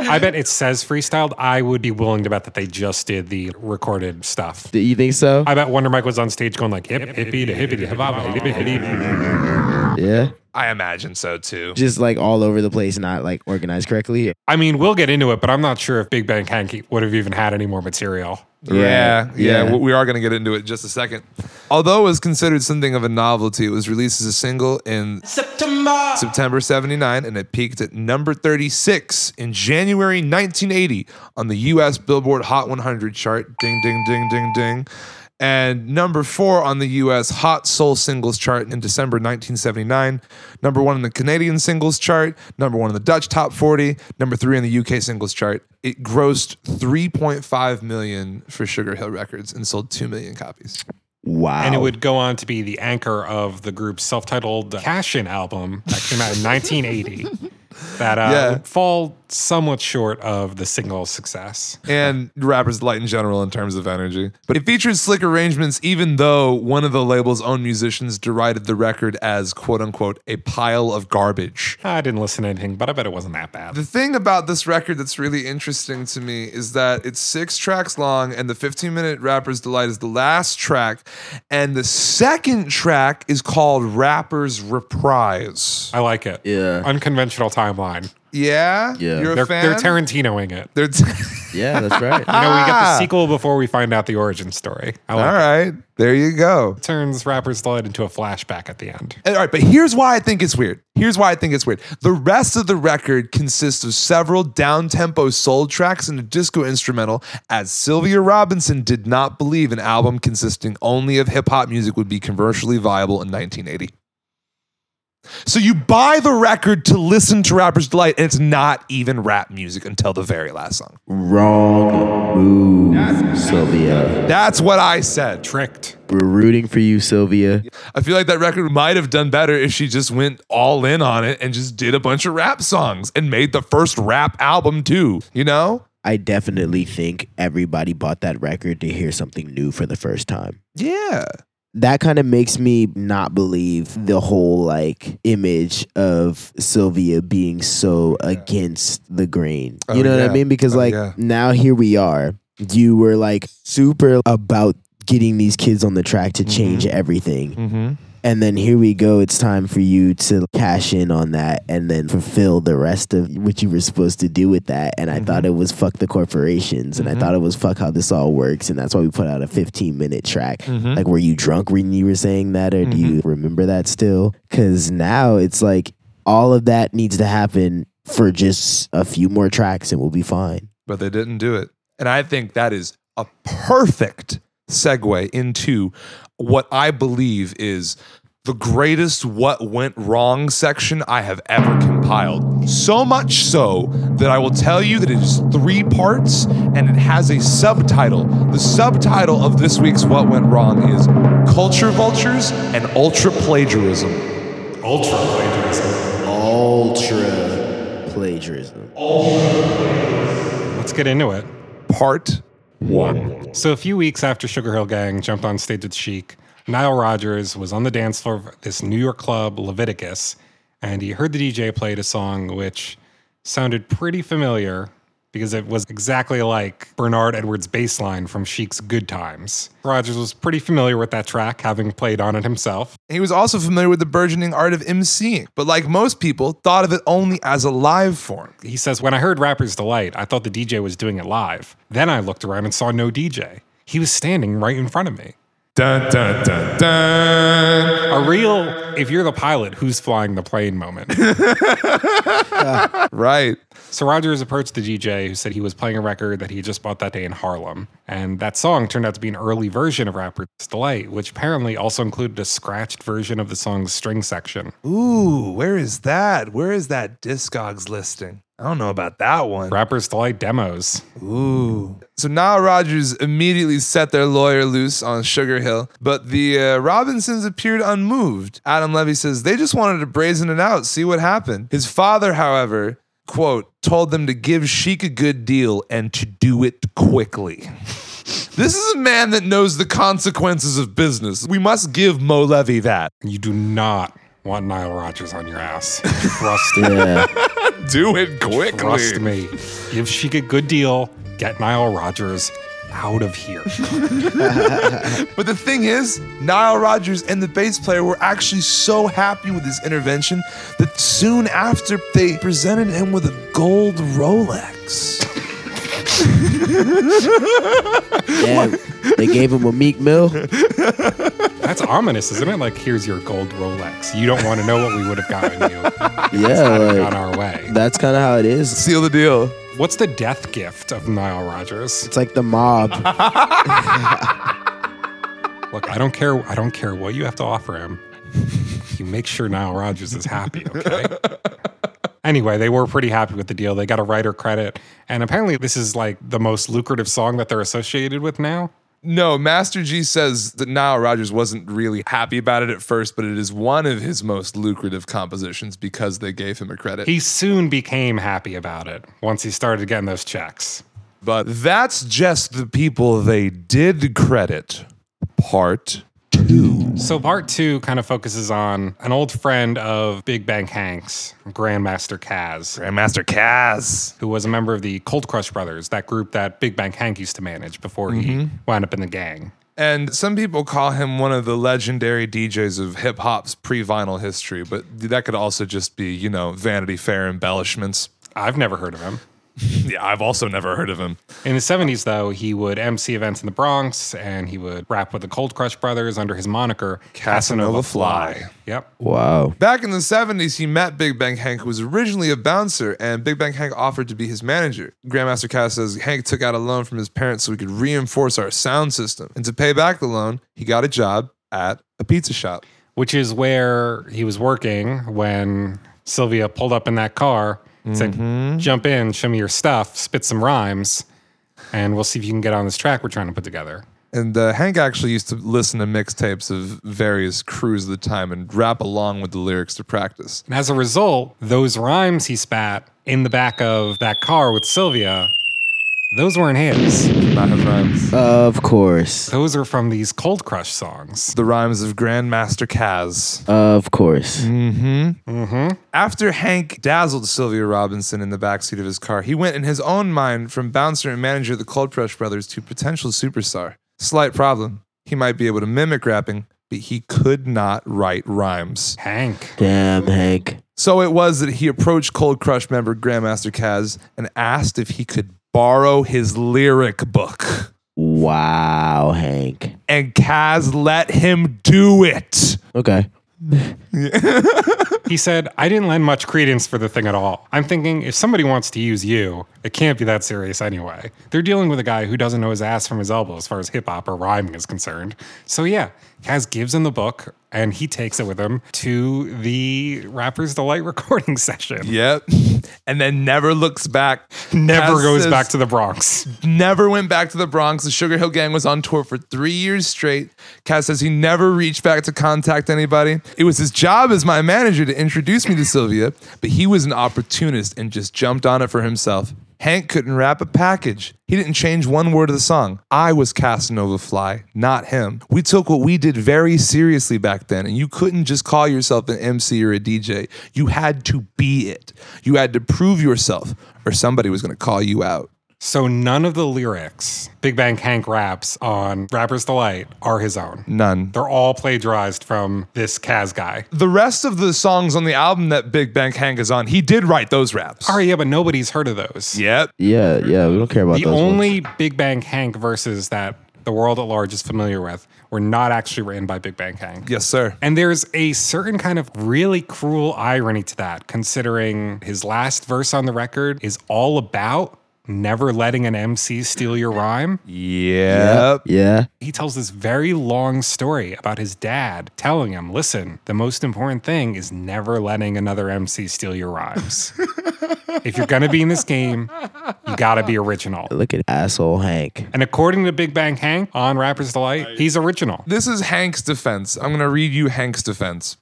Speaker 3: I bet it says freestyled. I would be willing to bet that they just did the recorded stuff.
Speaker 2: you think so?
Speaker 3: I bet Wonder Mike was on stage going like hip hippie to hippie to hip hop hippie hippie.
Speaker 2: Yeah.
Speaker 1: I imagine so too.
Speaker 2: just like all over the place, not like organized correctly.
Speaker 3: I mean, we'll get into it, but I'm not sure if Big Bang Hanky would have even had any more material.
Speaker 1: Yeah, yeah,
Speaker 2: Right. Yeah.
Speaker 1: we- We are going to get into it in just a second. Although it was considered something of a novelty, it was released as a single in September September 79 and it peaked at number 36 in January 1980 on the US Billboard Hot 100 chart. Ding ding ding ding ding. And number four on the US Hot Soul Singles chart in December 1979. Number one in the Canadian Singles chart. Number one in the Dutch Top 40. Number three in the UK Singles chart. It grossed 3.5 million for Sugar Hill Records and sold 2 million copies.
Speaker 2: Wow.
Speaker 3: And it would go on to be the anchor of the group's self titled Cash In album that came out in 1980. That uh,
Speaker 1: Yeah.
Speaker 3: would fall somewhat short of the single success.
Speaker 1: and Rapper's Delight in general in terms of energy. But it features slick arrangements, even though one of the label's own musicians derided the record as quote unquote a pile of garbage.
Speaker 3: I didn't listen to anything, but I bet it wasn't that bad.
Speaker 1: The thing about this record that's really interesting to me is that it's six tracks long, and the 15 minute Rapper's Delight is the last track, and the second track is called Rapper's Reprise.
Speaker 3: I like it.
Speaker 6: Yeah.
Speaker 3: Unconventional timeline.
Speaker 1: Yeah?
Speaker 6: Yeah.
Speaker 1: You're a
Speaker 3: They're,
Speaker 1: fan?
Speaker 3: they're Tarantinoing it.
Speaker 1: They're t-
Speaker 6: Yeah, that's right.
Speaker 3: You know, we get
Speaker 1: Ah!
Speaker 3: the sequel before we find out the origin story. I
Speaker 1: All
Speaker 3: like it.
Speaker 1: right. There you go.
Speaker 3: Turns Rapper's Delight into a flashback at the end.
Speaker 1: All right, but here's why I think it's weird. Here's why I think it's weird. The rest of the record consists of several down tempo soul tracks and a disco instrumental, as Sylvia Robinson did not believe an album consisting only of hip hop music would be commercially viable in 1980. So you buy the record to listen to Rapper's Delight, and it's not even rap music until the very last song.
Speaker 6: Wrong move, Sylvia.
Speaker 1: That's what I said.
Speaker 3: Tricked.
Speaker 6: We're rooting for you, Sylvia.
Speaker 1: I feel like that record might have done better if she just went all in on it and just did a bunch of rap songs and made the first rap album too, you know?
Speaker 2: I definitely think everybody bought that record to hear something new for the first time.
Speaker 1: Yeah.
Speaker 2: That kind of makes me not believe
Speaker 1: Mm.
Speaker 2: the whole like image of Sylvia being so against the grain.
Speaker 1: Oh,
Speaker 2: you know what
Speaker 1: yeah.
Speaker 2: I mean? Because
Speaker 1: Oh,
Speaker 2: like
Speaker 1: yeah.
Speaker 2: now here we are. You were like super about getting these kids on the track to change everything.
Speaker 1: Mm-hmm.
Speaker 2: And then here we go. It's time for you to cash in on that and then fulfill the rest of what you were supposed to do with that. And I thought it was fuck the corporations. And I thought it was fuck how this all works. And that's why we put out a 15 minute track. Like, were you drunk when you were saying that? Or do you remember that still? Because now it's like all of that needs to happen for just a few more tracks and we'll be fine.
Speaker 1: But they didn't do it. And I think that is a perfect segue into what I believe is the greatest what went wrong section I have ever compiled. So much so that I will tell you that it is three parts and it has a subtitle. The subtitle of this week's What Went Wrong is Culture Vultures and Ultra Plagiarism.
Speaker 3: Ultra plagiarism.
Speaker 2: Ultra plagiarism.
Speaker 3: Let's get into it.
Speaker 1: Part
Speaker 3: So a few weeks after Sugar Hill Gang jumped on stage with Chic, Nile Rodgers was on the dance floor of this New York club, Leviticus, and he heard the DJ played a song which sounded pretty familiar because it was exactly like Bernard Edwards' bass line from Chic's Good Times. Rodgers was pretty familiar with that track, having played on it himself.
Speaker 1: He was also familiar with the burgeoning art of MCing, but like most people, thought of it only as a live form.
Speaker 3: He says, When I heard Rapper's Delight, I thought the DJ was doing it live. Then I looked around and saw no DJ. He was standing right in front of me.
Speaker 1: Dun, dun, dun, dun.
Speaker 3: A real, if you're the pilot, who's flying the plane moment.
Speaker 1: Right.
Speaker 3: So Rogers approached the DJ who said he was playing a record that he had just bought that day in Harlem. And that song turned out to be an early version of Rapper's Delight, which apparently also included a scratched version of the song's string section.
Speaker 1: Ooh, where is that? Where is that Discogs listing? I don't know about that one.
Speaker 3: Rapper's Delight demos.
Speaker 1: Ooh. So now Rogers immediately set their lawyer loose on Sugar Hill, but the uh, Robinsons appeared unmoved. Adam Levy says they just wanted to brazen it out, see what happened. His father, however, quote, told them to give Sheik a good deal and to do it quickly. This is a man that knows the consequences of business. We must give Mo Levy that.
Speaker 3: You do not want Nile Rodgers on your ass. Trust me.
Speaker 6: Yeah.
Speaker 1: Do it quickly.
Speaker 3: Trust me. Give Sheik a good deal. Get Nile Rodgers out of here.
Speaker 1: But the thing is, Nile Rodgers and the bass player were actually so happy with his intervention that soon after they presented him with a gold Rolex.
Speaker 2: Yeah. they gave him a meek mill.
Speaker 3: That's ominous, isn't it? Like, here's your gold Rolex. You don't want to know what we would have gotten you.
Speaker 2: Yeah.
Speaker 3: on
Speaker 2: Like,
Speaker 3: our way.
Speaker 2: that's kind of how it is.
Speaker 1: Seal the deal.
Speaker 3: What's the death gift of Nile Rodgers?
Speaker 2: It's like the mob.
Speaker 3: Look, I don't care. I don't care what you have to offer him. You make sure Nile Rodgers is happy, okay? anyway, they were pretty happy with the deal. They got a writer credit, and apparently, this is like the most lucrative song that they're associated with now.
Speaker 1: No, Master G says that Nile Rodgers wasn't really happy about it at first, but it is one of his most lucrative compositions because they gave him a credit.
Speaker 3: He soon became happy about it once he started getting those checks.
Speaker 1: but that's just the people they did credit. Part two.
Speaker 3: So part two kind of focuses on an old friend of Big Bang Hank's, Grandmaster Kaz,
Speaker 1: Grandmaster Kaz.
Speaker 3: who was a member of the Cold Crush Brothers, that group that Big Bang Hank used to manage before
Speaker 1: Mm-hmm.
Speaker 3: he wound up in the gang.
Speaker 1: And some people call him one of the legendary DJs of hip hop's pre vinyl history, but that could also just be, you know, Vanity Fair embellishments.
Speaker 3: I've never heard of him.
Speaker 1: Yeah, I've also never heard of him.
Speaker 3: In the 70s, though, he would MC events in the Bronx and he would rap with the Cold Crush Brothers under his moniker
Speaker 1: Casanova Fly.
Speaker 3: Yep.
Speaker 6: Wow.
Speaker 1: Back in the 70s, he met Big Bang Hank, who was originally a bouncer, and Big Bang Hank offered to be his manager. Grandmaster Cass says Hank took out a loan from his parents so we could reinforce our sound system. And to pay back the loan, he got a job at a pizza shop.
Speaker 3: which is where he was working when Sylvia pulled up in that car, said, Jump in, show me your stuff, spit some rhymes, and we'll see if you can get on this track we're trying to put together.
Speaker 1: And uh, Hank actually used to listen to mixtapes of various crews of the time and rap along with the lyrics to practice.
Speaker 3: And as a result, those rhymes he spat in the back of that car with Sylvia, those weren't his.
Speaker 1: Not his rhymes.
Speaker 6: Of course.
Speaker 3: Those are from these Cold Crush songs.
Speaker 1: The rhymes of Grandmaster Kaz.
Speaker 6: Of course.
Speaker 1: After Hank dazzled Sylvia Robinson in the backseat of his car, he went in his own mind from bouncer and manager of the Cold Crush Brothers to potential superstar. Slight problem. He might be able to mimic rapping, but he could not write rhymes.
Speaker 3: Hank.
Speaker 6: Damn, Hank.
Speaker 1: So it was that he approached Cold Crush member Grandmaster Kaz and asked if he could borrow his lyric book.
Speaker 6: Wow, Hank.
Speaker 1: And Kaz let him do it.
Speaker 6: Okay.
Speaker 3: He said, I didn't lend much credence for the thing at all. I'm thinking, if somebody wants to use you, it can't be that serious anyway. They're dealing with a guy who doesn't know his ass from his elbow as far as hip hop or rhyming is concerned. So, yeah, Kaz gives him the book and he takes it with him to the Rapper's Delight recording session.
Speaker 1: Yep. And then never looks back.
Speaker 3: Never
Speaker 1: Kaz
Speaker 3: goes
Speaker 1: says-
Speaker 3: back to the Bronx.
Speaker 1: never went back to the Bronx. The Sugar Hill Gang was on tour for three years straight. Cass says he never reached back to contact anybody. It was his job as my manager to introduce me to Sylvia, but he was an opportunist and just jumped on it for himself. Hank couldn't wrap a package. He didn't change one word of the song. I was Casanova Fly, not him. We took what we did very seriously back then, and you couldn't just call yourself an MC or a DJ. You had to be it. You had to prove yourself, or somebody was going to call you out.
Speaker 3: So, none of the lyrics Big Bang Hank raps on Rapper's Delight are his own.
Speaker 1: None.
Speaker 3: They're all plagiarized from this Kaz guy.
Speaker 1: the rest of the songs on the album that Big Bang Hank is on, he did write those raps.
Speaker 3: All right, yeah, but nobody's heard of those.
Speaker 1: Yep.
Speaker 6: Yeah, yeah. We don't care about
Speaker 3: the
Speaker 6: those ones.
Speaker 3: only Big Bang Hank verses that the world at large is familiar with were not actually written by Big Bang Hank.
Speaker 1: Yes, sir.
Speaker 3: And there's a certain kind of really cruel irony to that, considering his last verse on the record is all about never letting an MC steal your rhyme.
Speaker 1: Yep.
Speaker 6: Yeah.
Speaker 3: He tells this very long story about his dad telling him, listen, the most important thing is never letting another MC steal your rhymes. if you're going to be in this game, you got to be original.
Speaker 6: Look at asshole Hank.
Speaker 3: And according to Big Bang Hank on Rapper's Delight, he's original.
Speaker 1: This is Hank's defense. I'm going to read you Hank's defense.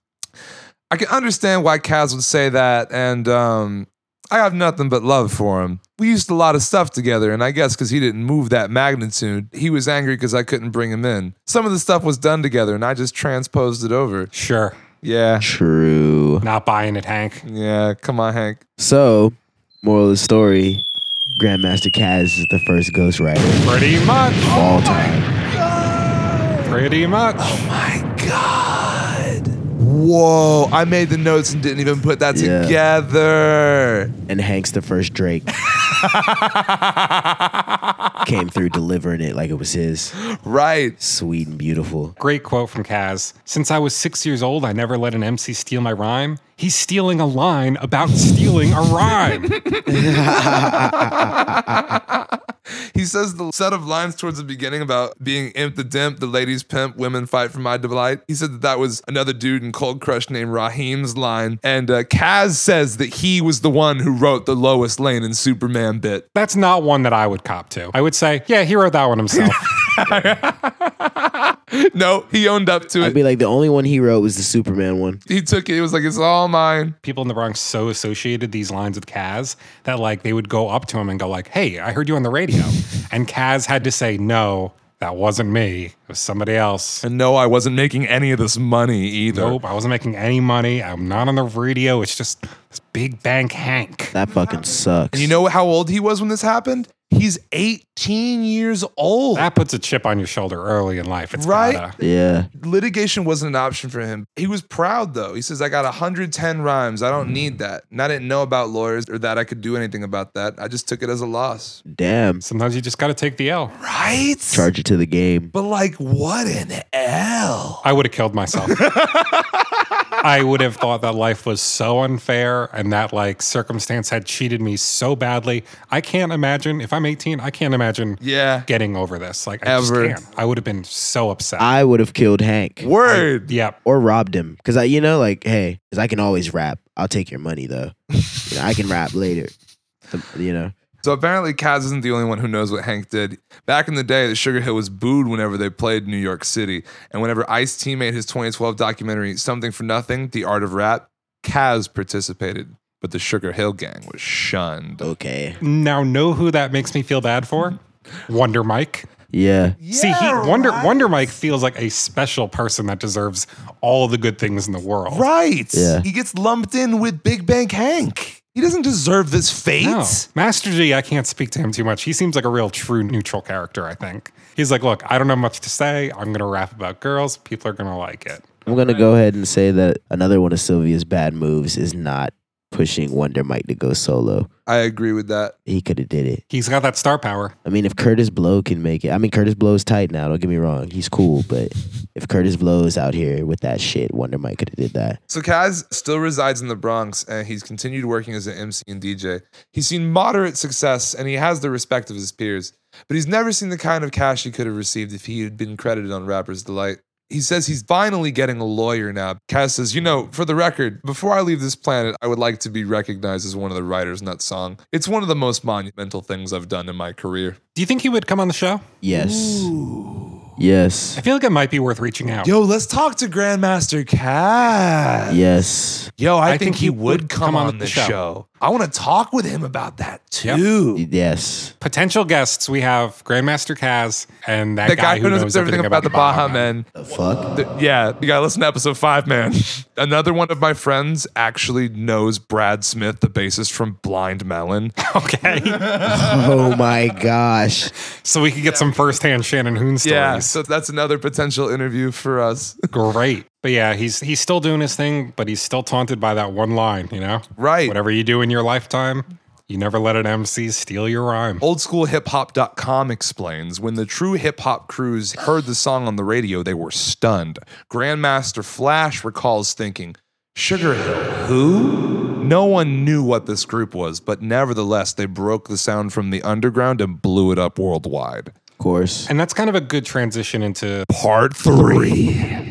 Speaker 1: I can understand why Kaz would say that, and um, I have nothing but love for him. We used a lot of stuff together, and I guess because he didn't move that magnitude, he was angry because I couldn't bring him in. Some of the stuff was done together, and I just transposed it over.
Speaker 3: Sure.
Speaker 1: Yeah.
Speaker 6: True.
Speaker 3: Not buying it, Hank.
Speaker 1: Yeah. Come on, Hank.
Speaker 6: So, moral of the story Grandmaster Kaz is the first ghostwriter of
Speaker 3: Pretty much.
Speaker 6: all time.
Speaker 3: Pretty much.
Speaker 1: My God. Whoa. I made the notes and didn't even put that
Speaker 6: Yeah.
Speaker 1: together.
Speaker 6: And Hank's the first Drake. Came through delivering it like it was his.
Speaker 1: Right.
Speaker 6: Sweet and beautiful.
Speaker 3: Great quote from Kaz. Since I was six years old, I never let an MC steal my rhyme. He's stealing a line about stealing a rhyme.
Speaker 1: He says the set of lines towards the beginning about being imp the dimp, the ladies pimp, women fight for my delight. He said that that was another dude in Cold Crush named Raheem's line. And uh, Kaz says that he was the one who wrote the Lois Lane and Superman bit.
Speaker 3: That's not one that I would cop to. I would say, yeah, he wrote that one himself.
Speaker 1: no, he owned up to
Speaker 6: I'd
Speaker 1: it.
Speaker 6: be like, the only one he wrote was the Superman one.
Speaker 1: he took it. It was like it's all mine.
Speaker 3: People in the Bronx so associated these lines with Kaz that like they would go up to him and go like, "Hey, I heard you on the radio," and Kaz had to say, "No, that wasn't me. It was somebody else."
Speaker 1: And no, I wasn't making any of this money either.
Speaker 3: Nope, I wasn't making any money. I'm not on the radio. It's just this big bank Hank.
Speaker 6: That fucking sucks.
Speaker 1: And you know how old he was when this happened? He's 18 years old.
Speaker 3: That puts a chip on your shoulder early in life. It's
Speaker 1: Right?
Speaker 3: gotta.
Speaker 6: Yeah.
Speaker 1: Litigation wasn't an option for him. He was proud though. He says, I got 110 rhymes. I don't need that. And I didn't know about lawyers or that I could do anything about that. I just took it as a loss.
Speaker 6: Damn.
Speaker 3: Sometimes you just gotta take the L.
Speaker 1: Right?
Speaker 6: Charge it to the game.
Speaker 1: But like, what an L.
Speaker 3: I would have killed myself. I would have thought that life was so unfair and that like circumstance had cheated me so badly. I can't imagine if I'm 18, I can't imagine
Speaker 1: Yeah.
Speaker 3: getting over this. Like I
Speaker 1: Ever.
Speaker 3: just can't. I would have been so upset.
Speaker 6: I would have killed Hank
Speaker 1: Word.
Speaker 3: yep.
Speaker 6: or robbed him. Cause I, you know, like, hey, cause I can always rap. I'll take your money though. You know, I can rap later. Um, You know,
Speaker 1: So apparently, Kaz isn't the only one who knows what Hank did. Back in the day, the Sugar Hill was booed whenever they played New York City. And whenever Ice T made his 2012 documentary, Something for Nothing The Art of Rap, Kaz participated, but the Sugar Hill gang was shunned.
Speaker 2: Oh,
Speaker 6: okay.
Speaker 3: Now know who that makes me feel bad for?
Speaker 1: Mm-hmm.
Speaker 3: Wonder Mike.
Speaker 6: Yeah.
Speaker 3: See, he, Wonder Wonder Mike feels like a special person that deserves all the good things in the world.
Speaker 1: Right.
Speaker 6: Yeah.
Speaker 1: He gets lumped in with Big Bank Hank. He doesn't deserve this fate.
Speaker 3: No. Master G, I can't speak to him too much. He seems like a real true neutral character, I think. He's like, look, I don't have much to say. I'm going to rap about girls. People are going to like it.
Speaker 6: I'm gonna go ahead and say that another one of Sylvia's bad moves is not pushing Wonder Mike to go solo.
Speaker 1: I agree with that.
Speaker 6: He could have did it.
Speaker 3: He's got that star power.
Speaker 6: I mean, if Curtis Blow can make it, I mean, Curtis Blow's tight now. Don't get me wrong, he's cool. But if Curtis Blow is out here with that shit, Wonder Mike could have did that.
Speaker 1: So Kaz still resides in the Bronx and he's continued working as an MC and DJ. He's seen moderate success and he has the respect of his peers, but he's never seen the kind of cash he could have received if he had been credited on Rapper's Delight. He says he's finally getting a lawyer now. Kaz says, You know, for the record, before I leave this planet, I would like to be recognized as one of the writers in that song. It's one of the most monumental things I've done in my career.
Speaker 3: Do you think he would come on the show?
Speaker 6: Yes. Yes.
Speaker 3: I feel like it might be worth reaching out.
Speaker 1: Yo, let's talk to Grandmaster Kaz.
Speaker 6: Yes.
Speaker 1: Yo, I,
Speaker 3: I
Speaker 1: think,
Speaker 3: think
Speaker 1: he, would, come, on, the show. I want to talk with him about that
Speaker 3: Yep.
Speaker 1: too.
Speaker 6: Yes.
Speaker 3: Potential guests we have Grandmaster Kaz and that
Speaker 1: The
Speaker 3: guy,
Speaker 1: guy
Speaker 3: who knows,
Speaker 1: everything about, the Baja Men.
Speaker 6: The fuck?
Speaker 1: Th- yeah, you gotta listen to episode five, man. Another one of my friends actually knows Brad Smith, the bassist from Blind Melon.
Speaker 3: Okay.
Speaker 6: Oh my gosh.
Speaker 3: so we could get some firsthand Shannon Hoon stories.
Speaker 1: yeah, so that's another potential interview for us.
Speaker 3: Great. But yeah, he's he's still doing his thing, but he's still taunted by that one line, you know?
Speaker 1: Right.
Speaker 3: Whatever you do in your lifetime, you never let an MC steal your rhyme.
Speaker 1: Oldschoolhiphop.com explains when the true hip hop crews heard the song on the radio, they were stunned. Grandmaster Flash recalls thinking, Sugar Hill, who? No one knew what this group was, but nevertheless, they broke the sound from the underground and blew it up worldwide.
Speaker 6: Of course.
Speaker 3: And that's kind of a good transition into
Speaker 1: Part three.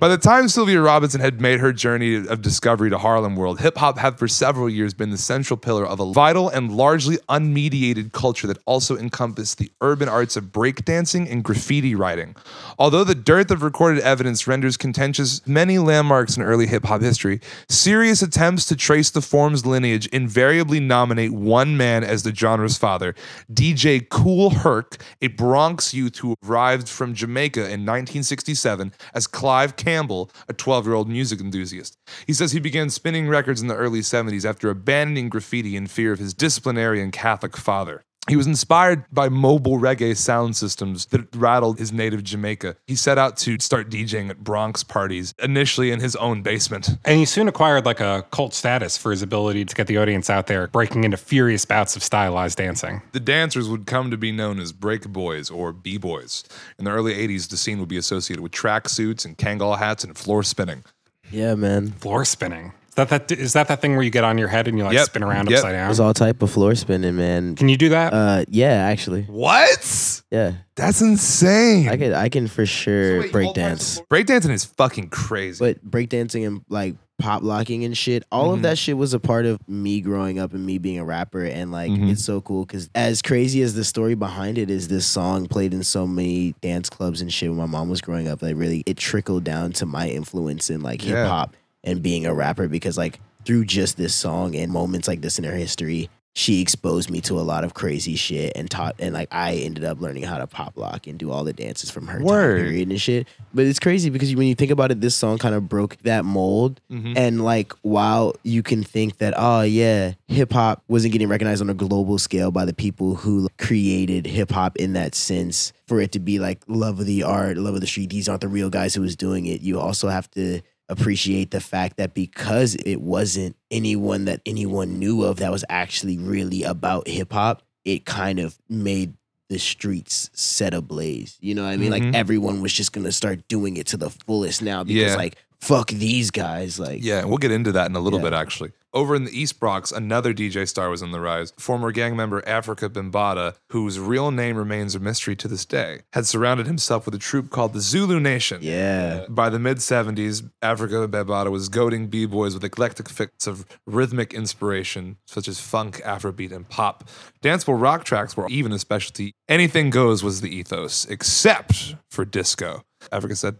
Speaker 1: By the time Sylvia Robinson had made her journey of discovery to Harlem World, hip hop had for several years been the central pillar of a vital and largely unmediated culture that also encompassed the urban arts of breakdancing and graffiti writing. Although the dearth of recorded evidence renders contentious many landmarks in early hip hop history, serious attempts to trace the form's lineage invariably nominate one man as the genre's father, DJ Cool Herc, a Bronx youth who arrived from Jamaica in 1967 as Clive Campbell, a 12 year old music enthusiast. He says he began spinning records in the early 70s after abandoning graffiti in fear of his disciplinary and Catholic father. He was inspired by mobile reggae sound systems that rattled his native Jamaica. He set out to start DJing at Bronx parties, initially in his own basement.
Speaker 3: and he soon acquired like a cult status for his ability to get the audience out there breaking into furious bouts of stylized dancing.
Speaker 1: The dancers would come to be known as break boys or b boys. In the early 80s, the scene would be associated with tracksuits and Kangol hats and floor spinning.
Speaker 6: Yeah, man.
Speaker 3: Floor spinning. Is that that is that that thing where you get on your head and you like
Speaker 1: Yep.
Speaker 3: spin around
Speaker 1: Yep.
Speaker 3: upside down?
Speaker 6: There's all type of floor spinning, man.
Speaker 3: Can you do that?
Speaker 6: Uh, yeah, actually,
Speaker 1: What?
Speaker 6: yeah.
Speaker 1: That's insane.
Speaker 6: I could, I can for sure break dance.
Speaker 1: Breakdancing is fucking crazy. Mm-hmm.
Speaker 6: But breakdancing and like
Speaker 2: pop locking and shit. All of that shit was a part of me growing up and me being a rapper. And like,
Speaker 1: Mhm.
Speaker 2: it's so cool because as crazy as the story behind it is, this song played in so many dance clubs and shit when my mom was growing up. Like, really, it trickled down to my influence in like
Speaker 1: Yeah.
Speaker 2: hip hop and being a rapper because like through just this song and moments like this in her history. She exposed me to a lot of crazy shit and taught, and like I ended up learning how to pop lock and do all the dances from her
Speaker 1: Word.
Speaker 2: time period and shit. But it's crazy because when you think about it, this song kind of broke that mold. And like, while you can think that, oh yeah, hip hop wasn't getting recognized on a global scale by the people who created hip hop in that sense, for it to be like love of the art, love of the street, these aren't the real guys who was doing it. You also have to appreciate the fact that because it wasn't anyone that anyone knew of that was actually really about hip hop, it kind of made the streets set ablaze. You know what I mean?
Speaker 1: Mhm.
Speaker 2: Like everyone was just gonna start doing it to the fullest now because
Speaker 1: Yeah.
Speaker 2: like fuck these guys. Like
Speaker 1: Yeah, and we'll get into that in a little
Speaker 2: Yeah.
Speaker 1: bit actually. Over in the East Bronx, another DJ star was on the rise. Former gang member Africa Bimbata, whose real name remains a mystery to this day, had surrounded himself with a troupe called the Zulu Nation.
Speaker 2: Yeah.
Speaker 1: Uh, By the mid 70s, Africa Bimbata was goading b boys with eclectic fits of rhythmic inspiration, such as funk, afrobeat, and pop. Danceable rock tracks were even a specialty. Anything goes was the ethos, except for disco. Africa said,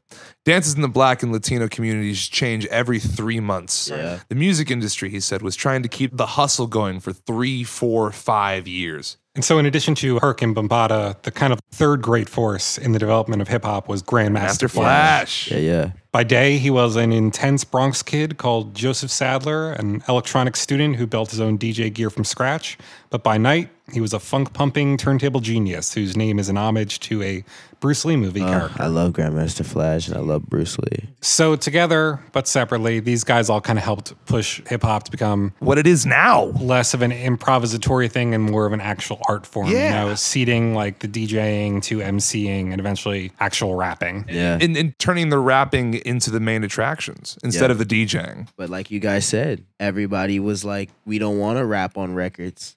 Speaker 1: Dances in the black and Latino communities change every three months.
Speaker 2: Yeah.
Speaker 1: The music industry, he said, was trying to keep the hustle going for three, four, five years.
Speaker 3: And so, in addition to Herc and Bombada, the kind of third great force in the development of hip hop was Grandmaster
Speaker 1: Master
Speaker 3: Flash.
Speaker 1: Flash.
Speaker 6: Yeah, yeah.
Speaker 3: By day, he was an intense Bronx kid called Joseph Sadler, an electronic student who built his own DJ gear from scratch. But by night, he was a funk pumping turntable genius whose name is an homage to a Bruce Lee movie character.
Speaker 6: I love Grandmaster Flash and I love Bruce Lee.
Speaker 3: So, together but separately, these guys all kind of helped push hip hop to become
Speaker 1: What it is now.
Speaker 3: less of an improvisatory thing and more of an actual art form.
Speaker 1: Yeah.
Speaker 3: You know, seeding like the DJing to MCing and eventually actual rapping.
Speaker 6: Yeah.
Speaker 1: And, and turning the rapping into the main attractions instead
Speaker 6: Yeah.
Speaker 1: of the DJing.
Speaker 2: But like you guys said, everybody was like, we don't want to rap on records.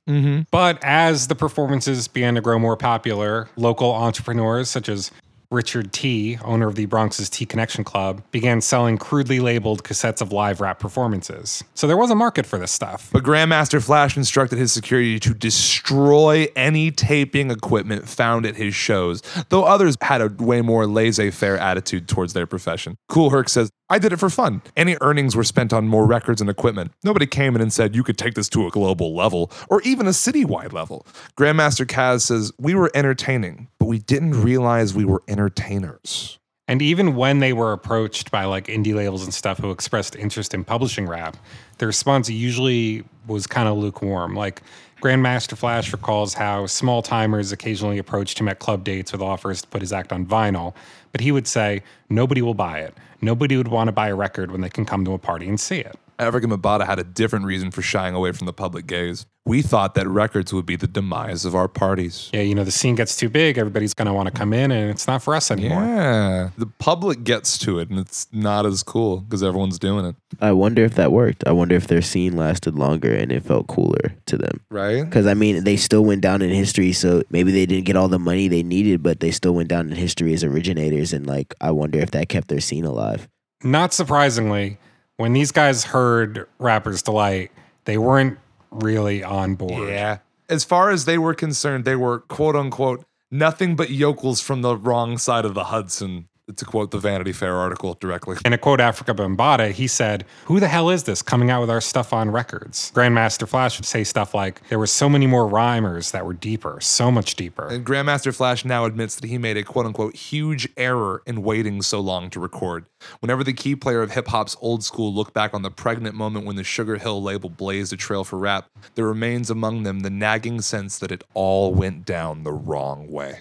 Speaker 3: But as the performances began to grow more popular, local entrepreneurs such as Richard T, owner of the Bronx's T Connection Club, began selling crudely labeled cassettes of live rap performances. So there was a market for this stuff.
Speaker 1: But Grandmaster Flash instructed his security to destroy any taping equipment found at his shows, though others had a way more laissez faire attitude towards their profession. Cool Herc says, I did it for fun. Any earnings were spent on more records and equipment. Nobody came in and said, you could take this to a global level or even a citywide level. Grandmaster Kaz says, We were entertaining, but we didn't realize we were entertainers.
Speaker 3: And even when they were approached by like indie labels and stuff who expressed interest in publishing rap, their response usually was kind of lukewarm. Like Grandmaster Flash recalls how small timers occasionally approached him at club dates with offers to put his act on vinyl, but he would say, nobody will buy it. Nobody would want to buy a record when they can come to a party and see it.
Speaker 1: Africa Mabata had a different reason for shying away from the public gaze. We thought that records would be the demise of our parties.
Speaker 3: Yeah, you know, the scene gets too big, everybody's going to want to come in, and it's not for us anymore.
Speaker 1: Yeah. The public gets to it and it's not as cool because everyone's doing it.
Speaker 6: I wonder if that worked. I wonder if their scene lasted longer and it felt cooler to them.
Speaker 1: Right?
Speaker 6: Because I mean, they still went down in history, so maybe they didn't get all the money they needed, but they still went down in history as originators. And like, I wonder if that kept their scene alive.
Speaker 3: not surprisingly, when these guys heard Rapper's Delight, they weren't really on board.
Speaker 1: Yeah. As far as they were concerned, they were quote unquote nothing but yokels from the wrong side of the Hudson, to quote the Vanity Fair article directly.
Speaker 3: In a quote Africa Bombata, he said, Who the hell is this coming out with our stuff on records? Grandmaster Flash would say stuff like, There were so many more rhymers that were deeper, so much deeper.
Speaker 1: And Grandmaster Flash now admits that he made a quote unquote huge error in waiting so long to record. Whenever the key player of hip hop's old school looked back on the pregnant moment when the Sugar Hill label blazed a trail for rap, there remains among them the nagging sense that it all went down the wrong way.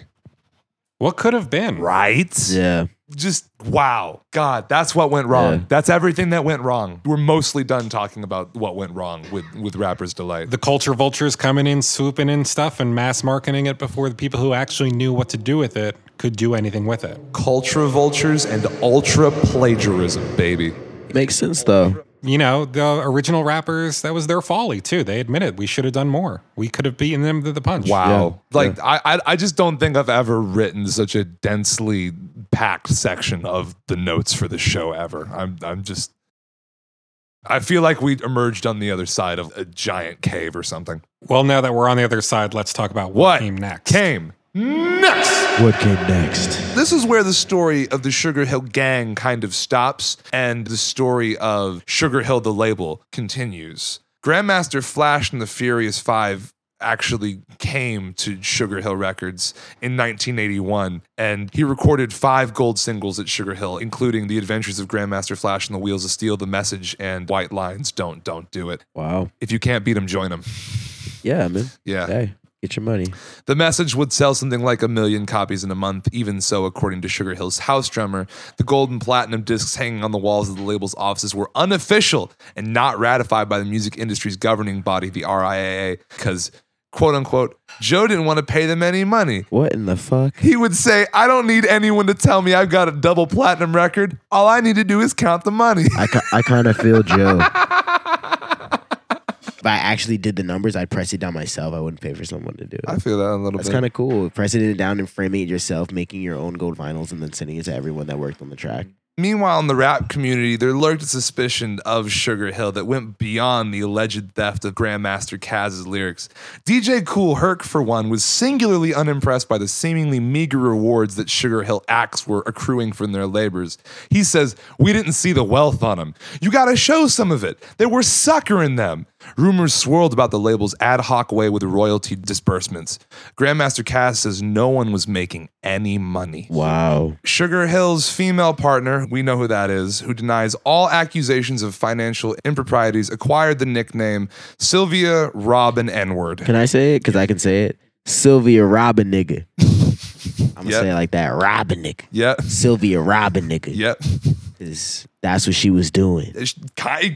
Speaker 3: What could have been?
Speaker 1: Right?
Speaker 6: Yeah.
Speaker 1: Just wow. God, that's what went wrong.
Speaker 6: Yeah.
Speaker 1: That's everything that went wrong. We're mostly done talking about what went wrong with, with Rapper's Delight.
Speaker 3: The culture vultures coming in, swooping in stuff, and mass marketing it before the people who actually knew what to do with it could do anything with it.
Speaker 1: Culture vultures and ultra plagiarism, baby.
Speaker 6: Makes sense, though.
Speaker 3: you know, the original rappers, that was their folly too. They admitted we should have done more. We could have beaten them to the punch.
Speaker 1: Wow. Like I, I I just don't think I've ever written such a densely packed section of the notes for the show ever. I'm I'm just I feel like we emerged on the other side of a giant cave or something.
Speaker 3: Well, now that we're on the other side, let's talk about what,
Speaker 1: What
Speaker 3: came next.
Speaker 1: Came next.
Speaker 7: What came next?
Speaker 1: This is where the story of the Sugar Hill Gang kind of stops and the story of Sugar Hill the label continues. Grandmaster Flash and the Furious Five actually came to Sugar Hill Records in 1981 and he recorded five gold singles at Sugar Hill including The Adventures of Grandmaster Flash and the Wheels of Steel, The Message and White Lines Don't Don't Do It.
Speaker 2: Wow.
Speaker 1: If you can't beat them, join them.
Speaker 2: Yeah, man.
Speaker 1: Yeah.
Speaker 2: Hey, get your money.
Speaker 1: The message would sell something like a million copies in a month, even so, according to Sugar Hill's house drummer. The gold and platinum discs hanging on the walls of the label's offices were unofficial and not ratified by the music industry's governing body, the RIAA, because, quote unquote, Joe didn't want to pay them any money.
Speaker 2: What in the fuck?
Speaker 1: He would say, I don't need anyone to tell me I've got a double platinum record. All I need to do is count the money.
Speaker 2: I, ki- I kind of feel Joe.
Speaker 1: I
Speaker 2: If I actually did the numbers, I'd press it down myself. I wouldn't pay for someone to do it.
Speaker 1: feel that a little
Speaker 2: That's
Speaker 1: bit.
Speaker 2: kind of cool. Pressing it down and framing it yourself, making your own gold vinyls, and then sending it to everyone that worked on the track.
Speaker 1: Meanwhile, in the rap community, there lurked a suspicion of Sugar Hill that went beyond the alleged theft of Grandmaster Kaz's lyrics. DJ Cool Herc, for one, was singularly unimpressed by the seemingly meager rewards that Sugar Hill acts were accruing from their labors. He says, We didn't see the wealth on them. You gotta show some of it. They were suckering them. Rumors swirled about the label's ad hoc way with royalty disbursements. Grandmaster Kaz says no one was making any money.
Speaker 2: Wow.
Speaker 1: Sugar Hill's female partner, we know who that is, who denies all accusations of financial improprieties, acquired the nickname Sylvia Robin N word.
Speaker 2: Can I say it? Because I can say it. Sylvia Robin nigga. I'm gonna
Speaker 1: Yep.
Speaker 2: say it like that. Robin nigga.
Speaker 1: Yep.
Speaker 2: Sylvia Robin nigga.
Speaker 1: Yep.
Speaker 2: 'Cause That's what she was doing.
Speaker 1: It's ki-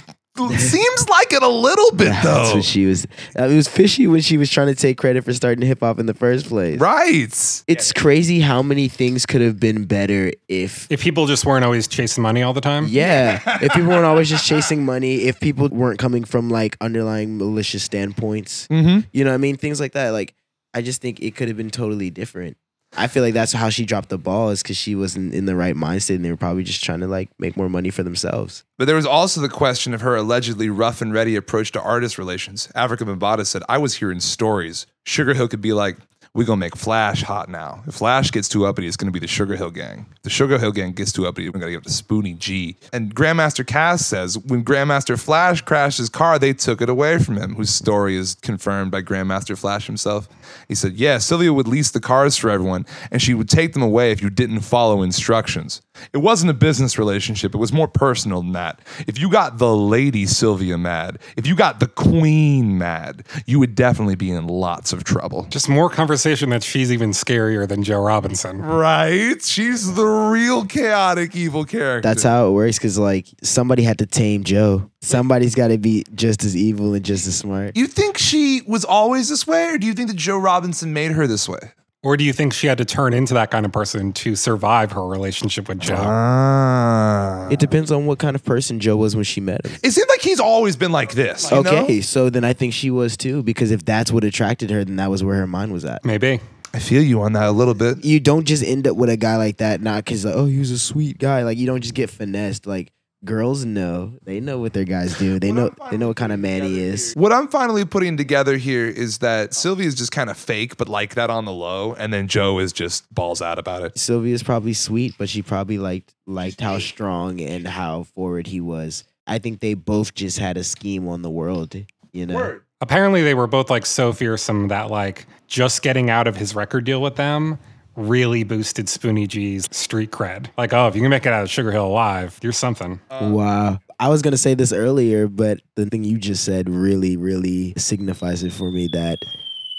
Speaker 1: seems like it a little bit
Speaker 2: That's
Speaker 1: though.
Speaker 2: what she was. uh, it was fishy when she was trying to take credit for starting hip hop in the first place.
Speaker 1: Right.
Speaker 2: It's crazy how many things could have been better if
Speaker 3: If people just weren't always chasing money all the time,
Speaker 2: Yeah. if people weren't always just chasing money, if people weren't coming from like underlying malicious standpoints,
Speaker 1: Mm-hmm.
Speaker 2: you know what I mean? Things like that. Like, I just think it could have been totally different. I feel like that's how she dropped the ball is because she wasn't in the right mindset and they were probably just trying to like make more money for themselves.
Speaker 1: But there was also the question of her allegedly rough and ready approach to artist relations. Africa Mbata said, I was hearing stories. Sugar Hill could be like, we gonna make Flash hot now. If Flash gets too uppity, it's gonna be the Sugar Hill Gang. If the Sugar Hill Gang gets too uppity, we're gonna give it to Spoonie G. And Grandmaster Cass says, when Grandmaster Flash crashed his car, they took it away from him, whose story is confirmed by Grandmaster Flash himself. He said, yeah, Sylvia would lease the cars for everyone, and she would take them away if you didn't follow instructions. It wasn't a business relationship. It was more personal than that. If you got the lady Sylvia mad, if you got the queen mad, you would definitely be in lots of trouble.
Speaker 3: just more conversation that she's even scarier than Joe
Speaker 1: Uh-huh.
Speaker 3: Robinson.
Speaker 1: Right? She's the real chaotic evil character.
Speaker 2: That's how it works because like somebody had to tame Joe. Somebody's got to be just as evil and just as smart.
Speaker 1: You think she was always this way, or do you think that Joe Robinson made her this way?
Speaker 3: Or do you think she had to turn into that kind of person to survive her relationship with Joe?
Speaker 1: Uh-huh. Ah.
Speaker 2: It depends on what kind of person Joe was when she met him.
Speaker 1: It seems like he's always been like this. you know?
Speaker 2: Okay, so then I think she was too because if that's what attracted her, then that was where her mind was at.
Speaker 3: Maybe.
Speaker 1: I feel you on that a little bit.
Speaker 2: you don't just end up with a guy like that, not because like, oh, he was a sweet guy. Like you don't just get finessed. Like girls know, they know what their guys do. They know, they know what kind of man he is.
Speaker 1: What I'm finally putting together here is that Sylvia is just kind of fake, but like that on the low, and then Joe is just balls out about it.
Speaker 2: Sylvia's probably sweet, but she probably liked liked how strong and how forward he was. I think they both just had a scheme on the world. You know,
Speaker 3: Apparently, they were both like so fearsome that like just getting out of his record deal with them really boosted Spoonie G's street cred. Like, oh, if you can make it out of Sugar Hill alive, you're something.
Speaker 2: wow. I was gonna say this earlier, but the thing you just said really, really signifies it for me that.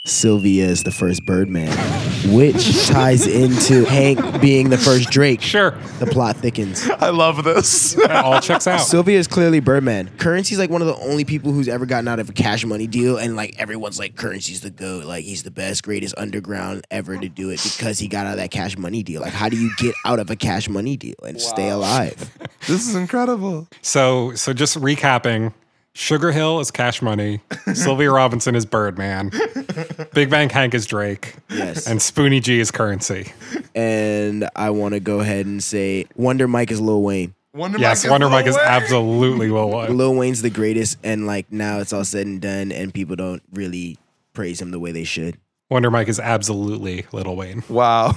Speaker 2: Sylvia is the first Birdman, which ties into Hank being the first Drake.
Speaker 3: Sure,
Speaker 2: The plot thickens.
Speaker 1: I love this.
Speaker 3: that all checks out.
Speaker 2: Sylvia is clearly Birdman. Currency's like one of the only people who's ever gotten out of a cash money deal, and like everyone's like, Currency's the goat. Like he's the best, greatest underground ever to do it because he got out of that cash money deal. Like, how do you get out of a cash money deal and stay alive?
Speaker 1: this is incredible.
Speaker 3: so, so just recapping. Sugar Hill is Cash Money. Sylvia Robinson is Birdman. Big Bang Hank is Drake.
Speaker 2: Yes.
Speaker 3: And Spoonie G is Currency.
Speaker 2: And I want to go ahead and say Wonder Mike is Lil Wayne.
Speaker 1: Wonder
Speaker 3: Yes,
Speaker 1: Mike is
Speaker 3: Wonder
Speaker 1: Lil
Speaker 3: Mike is
Speaker 1: Wayne.
Speaker 3: absolutely Lil Wayne.
Speaker 2: Lil Wayne's the greatest, and like now it's all said and done, and people don't really praise him the way they should.
Speaker 3: Wonder Mike is absolutely Lil Wayne.
Speaker 1: Wow.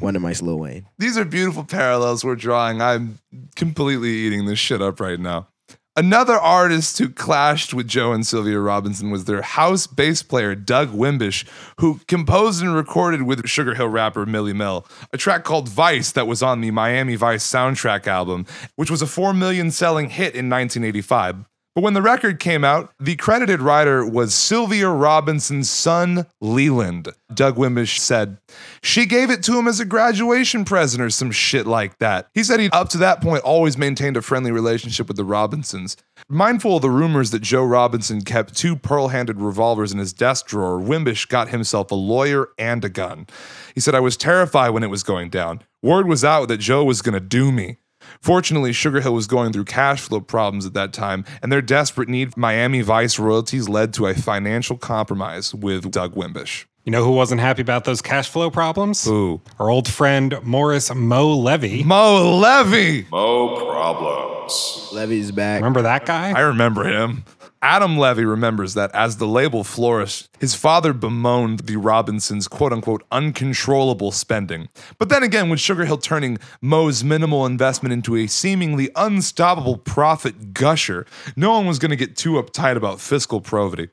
Speaker 2: Wonder Mike's Lil Wayne.
Speaker 1: These are beautiful parallels we're drawing. I'm completely eating this shit up right now. Another artist who clashed with Joe and Sylvia Robinson was their house bass player, Doug Wimbish, who composed and recorded with Sugar Hill rapper Millie Mel a track called Vice that was on the Miami Vice soundtrack album, which was a 4 million selling hit in 1985. But when the record came out, the credited writer was Sylvia Robinson's son, Leland. Doug Wimbish said, She gave it to him as a graduation present or some shit like that. He said he'd up to that point always maintained a friendly relationship with the Robinsons. Mindful of the rumors that Joe Robinson kept two pearl handed revolvers in his desk drawer, Wimbish got himself a lawyer and a gun. He said, I was terrified when it was going down. Word was out that Joe was going to do me. Fortunately, Sugar Hill was going through cash flow problems at that time, and their desperate need for Miami Vice royalties led to a financial compromise with Doug Wimbish.
Speaker 3: You know who wasn't happy about those cash flow problems?
Speaker 1: Ooh.
Speaker 3: Our old friend Morris Mo Levy.
Speaker 1: Mo Levy!
Speaker 8: Mo Problems.
Speaker 2: Levy's back.
Speaker 3: Remember that guy?
Speaker 1: I remember him. Adam Levy remembers that as the label flourished, his father bemoaned the Robinsons' quote unquote uncontrollable spending. But then again, with Sugar Hill turning Moe's minimal investment into a seemingly unstoppable profit gusher, no one was going to get too uptight about fiscal probity.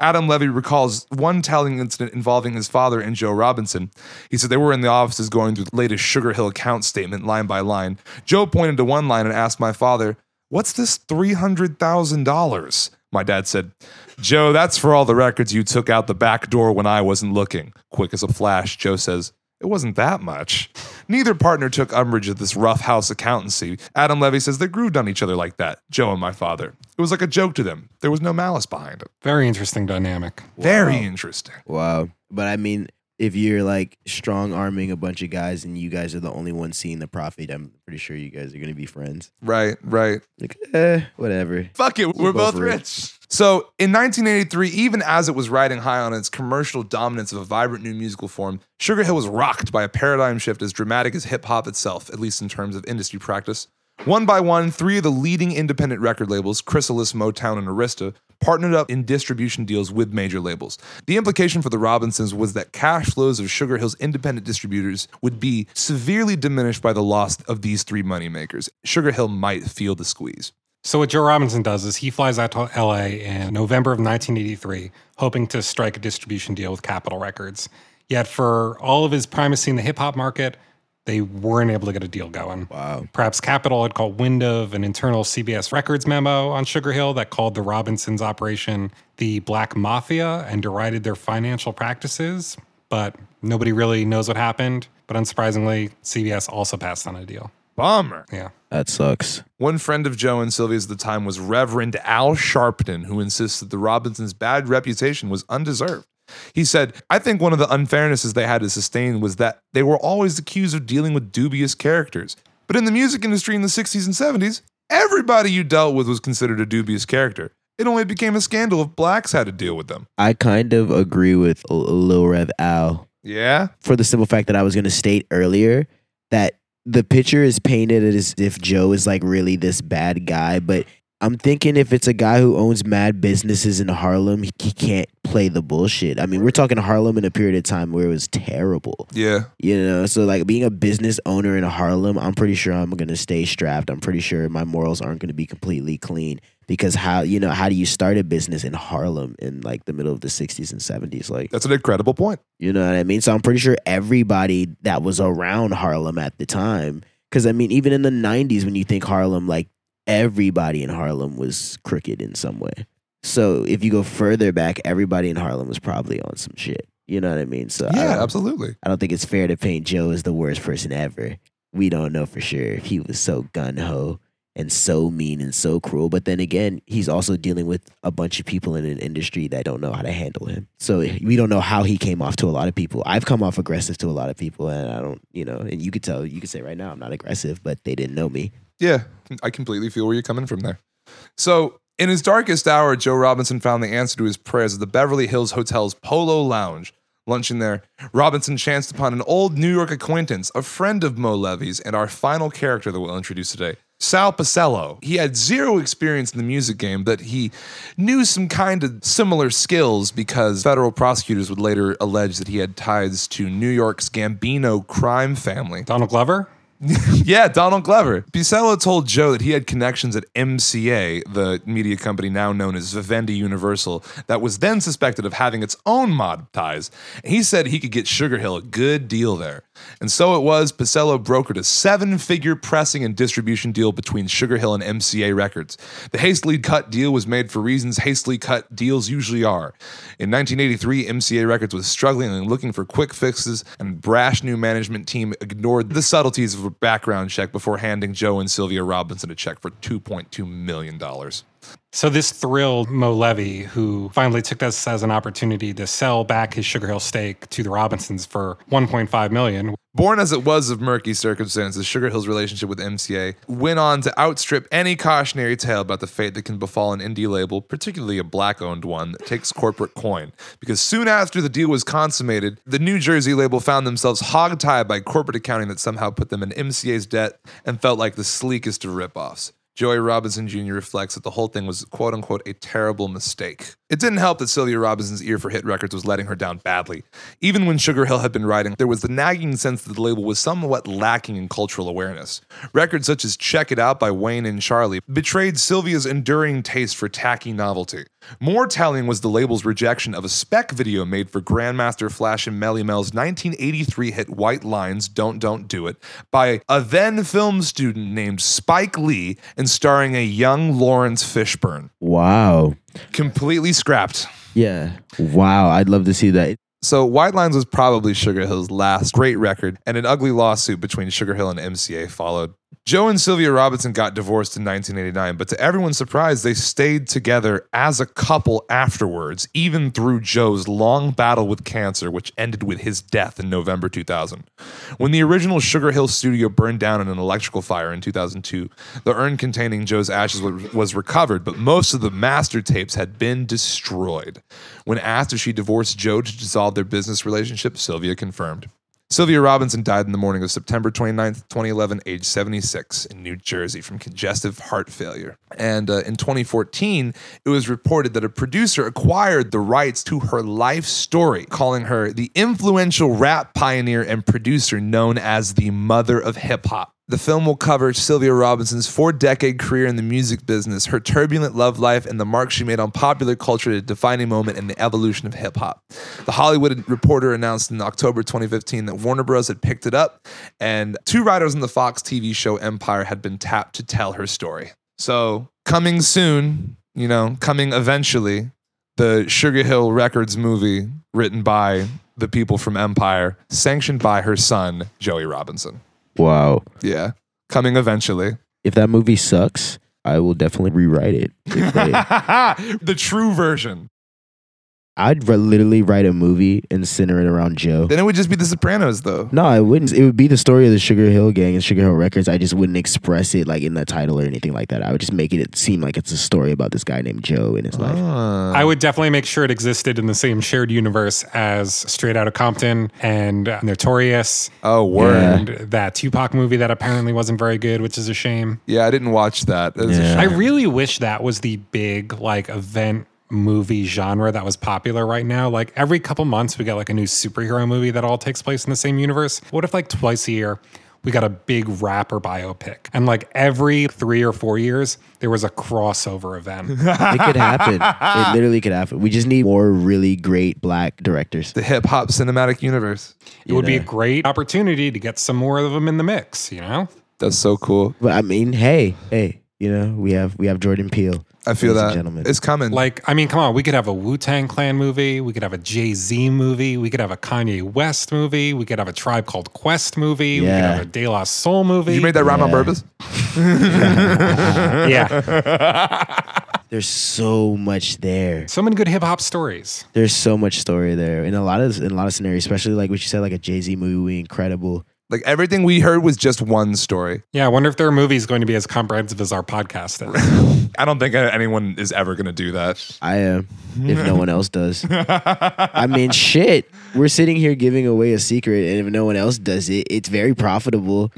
Speaker 1: Adam Levy recalls one telling incident involving his father and Joe Robinson. He said they were in the offices going through the latest Sugar Hill account statement line by line. Joe pointed to one line and asked my father, What's this $300,000? My dad said, Joe, that's for all the records you took out the back door when I wasn't looking. Quick as a flash, Joe says, It wasn't that much. Neither partner took umbrage at this rough house accountancy. Adam Levy says they grooved on each other like that, Joe and my father. It was like a joke to them. There was no malice behind it.
Speaker 3: Very interesting dynamic.
Speaker 1: Very interesting.
Speaker 2: Wow. But I mean, if you're like strong arming a bunch of guys and you guys are the only ones seeing the profit, I'm pretty sure you guys are gonna be friends.
Speaker 1: Right, right.
Speaker 2: Like, eh, whatever.
Speaker 1: Fuck it, we're
Speaker 2: both
Speaker 1: both rich. So in 1983, even as it was riding high on its commercial dominance of a vibrant new musical form, Sugar Hill was rocked by a paradigm shift as dramatic as hip hop itself, at least in terms of industry practice. One by one, three of the leading independent record labels, Chrysalis, Motown, and Arista, partnered up in distribution deals with major labels. The implication for the Robinsons was that cash flows of Sugar Hill's independent distributors would be severely diminished by the loss of these three moneymakers. Sugar Hill might feel the squeeze.
Speaker 3: So what Joe Robinson does is he flies out to LA in November of 1983, hoping to strike a distribution deal with Capitol Records. Yet for all of his primacy in the hip hop market, they weren't able to get a deal going. Wow. Perhaps Capitol had caught wind of an internal CBS Records memo on Sugar Hill that called the Robinsons operation the Black Mafia and derided their financial practices, but nobody really knows what happened. But unsurprisingly, CBS also passed on a deal.
Speaker 1: Bummer.
Speaker 3: Yeah.
Speaker 2: That sucks.
Speaker 1: One friend of Joe and Sylvia's at the time was Reverend Al Sharpton, who insists that the Robinsons' bad reputation was undeserved. He said, I think one of the unfairnesses they had to sustain was that they were always accused of dealing with dubious characters. But in the music industry in the 60s and 70s, everybody you dealt with was considered a dubious character. It only became a scandal if blacks had to deal with them.
Speaker 2: I kind of agree with L- Lil Rev Al
Speaker 1: Yeah?
Speaker 2: for the simple fact that I was gonna state earlier that the picture is painted as if Joe is like really this bad guy, but I'm thinking if it's a guy who owns mad businesses in Harlem, he he can't play the bullshit. I mean, we're talking Harlem in a period of time where it was terrible.
Speaker 1: Yeah.
Speaker 2: You know, so like being a business owner in Harlem, I'm pretty sure I'm gonna stay strapped. I'm pretty sure my morals aren't gonna be completely clean because how you know how do you start a business in Harlem in like the middle of the 60s and 70s? Like
Speaker 1: That's an incredible point.
Speaker 2: you know what I mean? So I'm pretty sure everybody that was around Harlem at the time, because I mean, even in the 90s, when you think Harlem, like everybody in Harlem was crooked in some way. So if you go further back, everybody in Harlem was probably on some shit. You know what I mean? So Uh, I,
Speaker 1: Yeah,
Speaker 2: don't,
Speaker 1: absolutely.
Speaker 2: I don't think it's fair to paint Joe as the worst person ever. We don't know for sure if he was so gun ho and so mean and so cruel. But then again, he's also dealing with a bunch of people in an industry that don't know how to handle him. So we don't know how he came off to a lot of people. I've come off aggressive to a lot of people, and I don't, you know, and you could tell, you could say right now, I'm not aggressive, but they didn't know me.
Speaker 1: Yeah, I completely feel where you're coming from there. So, in his darkest hour, Joe Robinson found the answer to his prayers at the Beverly Hills Hotel's Polo Lounge. Lunching there, Robinson chanced upon an old New York acquaintance, a friend of Mo Levy's, and our final character that we'll introduce today. Sal Pacello. He had zero experience in the music game, but he knew some kind of similar skills because federal prosecutors would later allege that he had ties to New York's Gambino crime family.
Speaker 3: Donald Glover?
Speaker 1: Yeah, Donald Glover. Picello told Joe that he had connections at MCA, the media company now known as Vivendi Universal, that was then suspected of having its own mob ties. And he said he could get Sugar Hill a good deal there. And so it was, Picello brokered a seven figure pressing and distribution deal between Sugar Hill and MCA Records. The hastily cut deal was made for reasons hastily cut deals usually are. In 1983, MCA Records was struggling and looking for quick fixes, and brash new management team ignored the subtleties of a background check before handing Joe and Sylvia Robinson a check for $2.2 million.
Speaker 3: So this thrilled Mo Levy, who finally took this as an opportunity to sell back his Sugar Hill stake to the Robinsons for 1.5 million.
Speaker 1: Born as it was of murky circumstances, Sugar Hill's relationship with MCA went on to outstrip any cautionary tale about the fate that can befall an indie label, particularly a black owned one that takes corporate coin. Because soon after the deal was consummated, the New Jersey label found themselves hogtied by corporate accounting that somehow put them in MCA's debt and felt like the sleekest of ripoffs. Joey Robinson Jr. reflects that the whole thing was quote unquote a terrible mistake. It didn't help that Sylvia Robinson's ear for hit records was letting her down badly. Even when Sugar Hill had been writing, there was the nagging sense that the label was somewhat lacking in cultural awareness. Records such as Check It Out by Wayne and Charlie betrayed Sylvia's enduring taste for tacky novelty. More telling was the label's rejection of a spec video made for Grandmaster Flash and Melly Mel's 1983 hit White Lines Don't Don't Do It by a then film student named Spike Lee and starring a young Lawrence Fishburne.
Speaker 9: Wow.
Speaker 1: Completely scrapped.
Speaker 9: Yeah. Wow. I'd love to see that.
Speaker 1: So, White Lines was probably Sugar Hill's last great record, and an ugly lawsuit between Sugar Hill and MCA followed. Joe and Sylvia Robinson got divorced in 1989, but to everyone's surprise, they stayed together as a couple afterwards, even through Joe's long battle with cancer, which ended with his death in November 2000. When the original Sugar Hill studio burned down in an electrical fire in 2002, the urn containing Joe's ashes wa- was recovered, but most of the master tapes had been destroyed. When asked if she divorced Joe to dissolve their business relationship, Sylvia confirmed. Sylvia Robinson died in the morning of September 29th, 2011, age 76, in New Jersey from congestive heart failure. And uh, in 2014, it was reported that a producer acquired the rights to her life story, calling her the influential rap pioneer and producer known as the mother of hip hop. The film will cover Sylvia Robinson's four decade career in the music business, her turbulent love life, and the mark she made on popular culture at a defining moment in the evolution of hip hop. The Hollywood Reporter announced in October 2015 that Warner Bros. had picked it up, and two writers on the Fox TV show Empire had been tapped to tell her story. So, coming soon, you know, coming eventually, the Sugar Hill Records movie written by the people from Empire, sanctioned by her son, Joey Robinson.
Speaker 9: Wow.
Speaker 1: Yeah. Coming eventually.
Speaker 9: If that movie sucks, I will definitely rewrite it. If they-
Speaker 1: the true version.
Speaker 9: I'd re- literally write a movie and center it around Joe.
Speaker 1: Then it would just be The Sopranos, though.
Speaker 9: No, I wouldn't. It would be the story of the Sugar Hill Gang and Sugar Hill Records. I just wouldn't express it like in the title or anything like that. I would just make it seem like it's a story about this guy named Joe and his life.
Speaker 1: Ah.
Speaker 3: I would definitely make sure it existed in the same shared universe as Straight Outta Compton and uh, Notorious
Speaker 1: Oh, word.
Speaker 3: and that Tupac movie that apparently wasn't very good, which is a shame.
Speaker 1: Yeah, I didn't watch that. That's a
Speaker 9: Yeah.
Speaker 1: shame.
Speaker 3: I really wish that was the big like event movie genre that was popular right now. Like every couple months we got like a new superhero movie that all takes place in the same universe. What if like twice a year we got a big rapper biopic and like every 3 or 4 years there was a crossover event.
Speaker 9: it could happen. It literally could happen. We just need more really great black directors.
Speaker 1: the hip hop cinematic universe.
Speaker 3: it would be a great opportunity to get some more of them in the mix, you know?
Speaker 1: That's so cool.
Speaker 9: But I mean, hey, hey, you know, we have we have Jordan Peele.
Speaker 1: I feel
Speaker 9: Ladies and
Speaker 1: that.
Speaker 9: gentlemen.
Speaker 1: It's coming.
Speaker 3: Like I mean, come on, we could have a Wu-Tang Clan movie, we could have a Jay-Z movie, we could have a Kanye West movie, we could have a Tribe Called Quest movie, we could
Speaker 9: Yeah.
Speaker 3: have a De La Soul movie.
Speaker 1: you made that rhyme on
Speaker 9: Yeah.
Speaker 1: purpose?
Speaker 3: yeah.
Speaker 9: There's so much there.
Speaker 3: So many good hip hop stories.
Speaker 9: There's so much story there, in a lot of in a lot of scenarios, especially like what you said, like a Jay Z movie would be incredible.
Speaker 1: Like everything we heard was just one story.
Speaker 3: Yeah, I wonder if their movie is going to be as comprehensive as our podcast is.
Speaker 1: I don't think anyone is ever going to do that.
Speaker 9: I am, if no one else does. I mean, shit.
Speaker 2: We're sitting here giving away a secret, and if no one else does it, it's very profitable.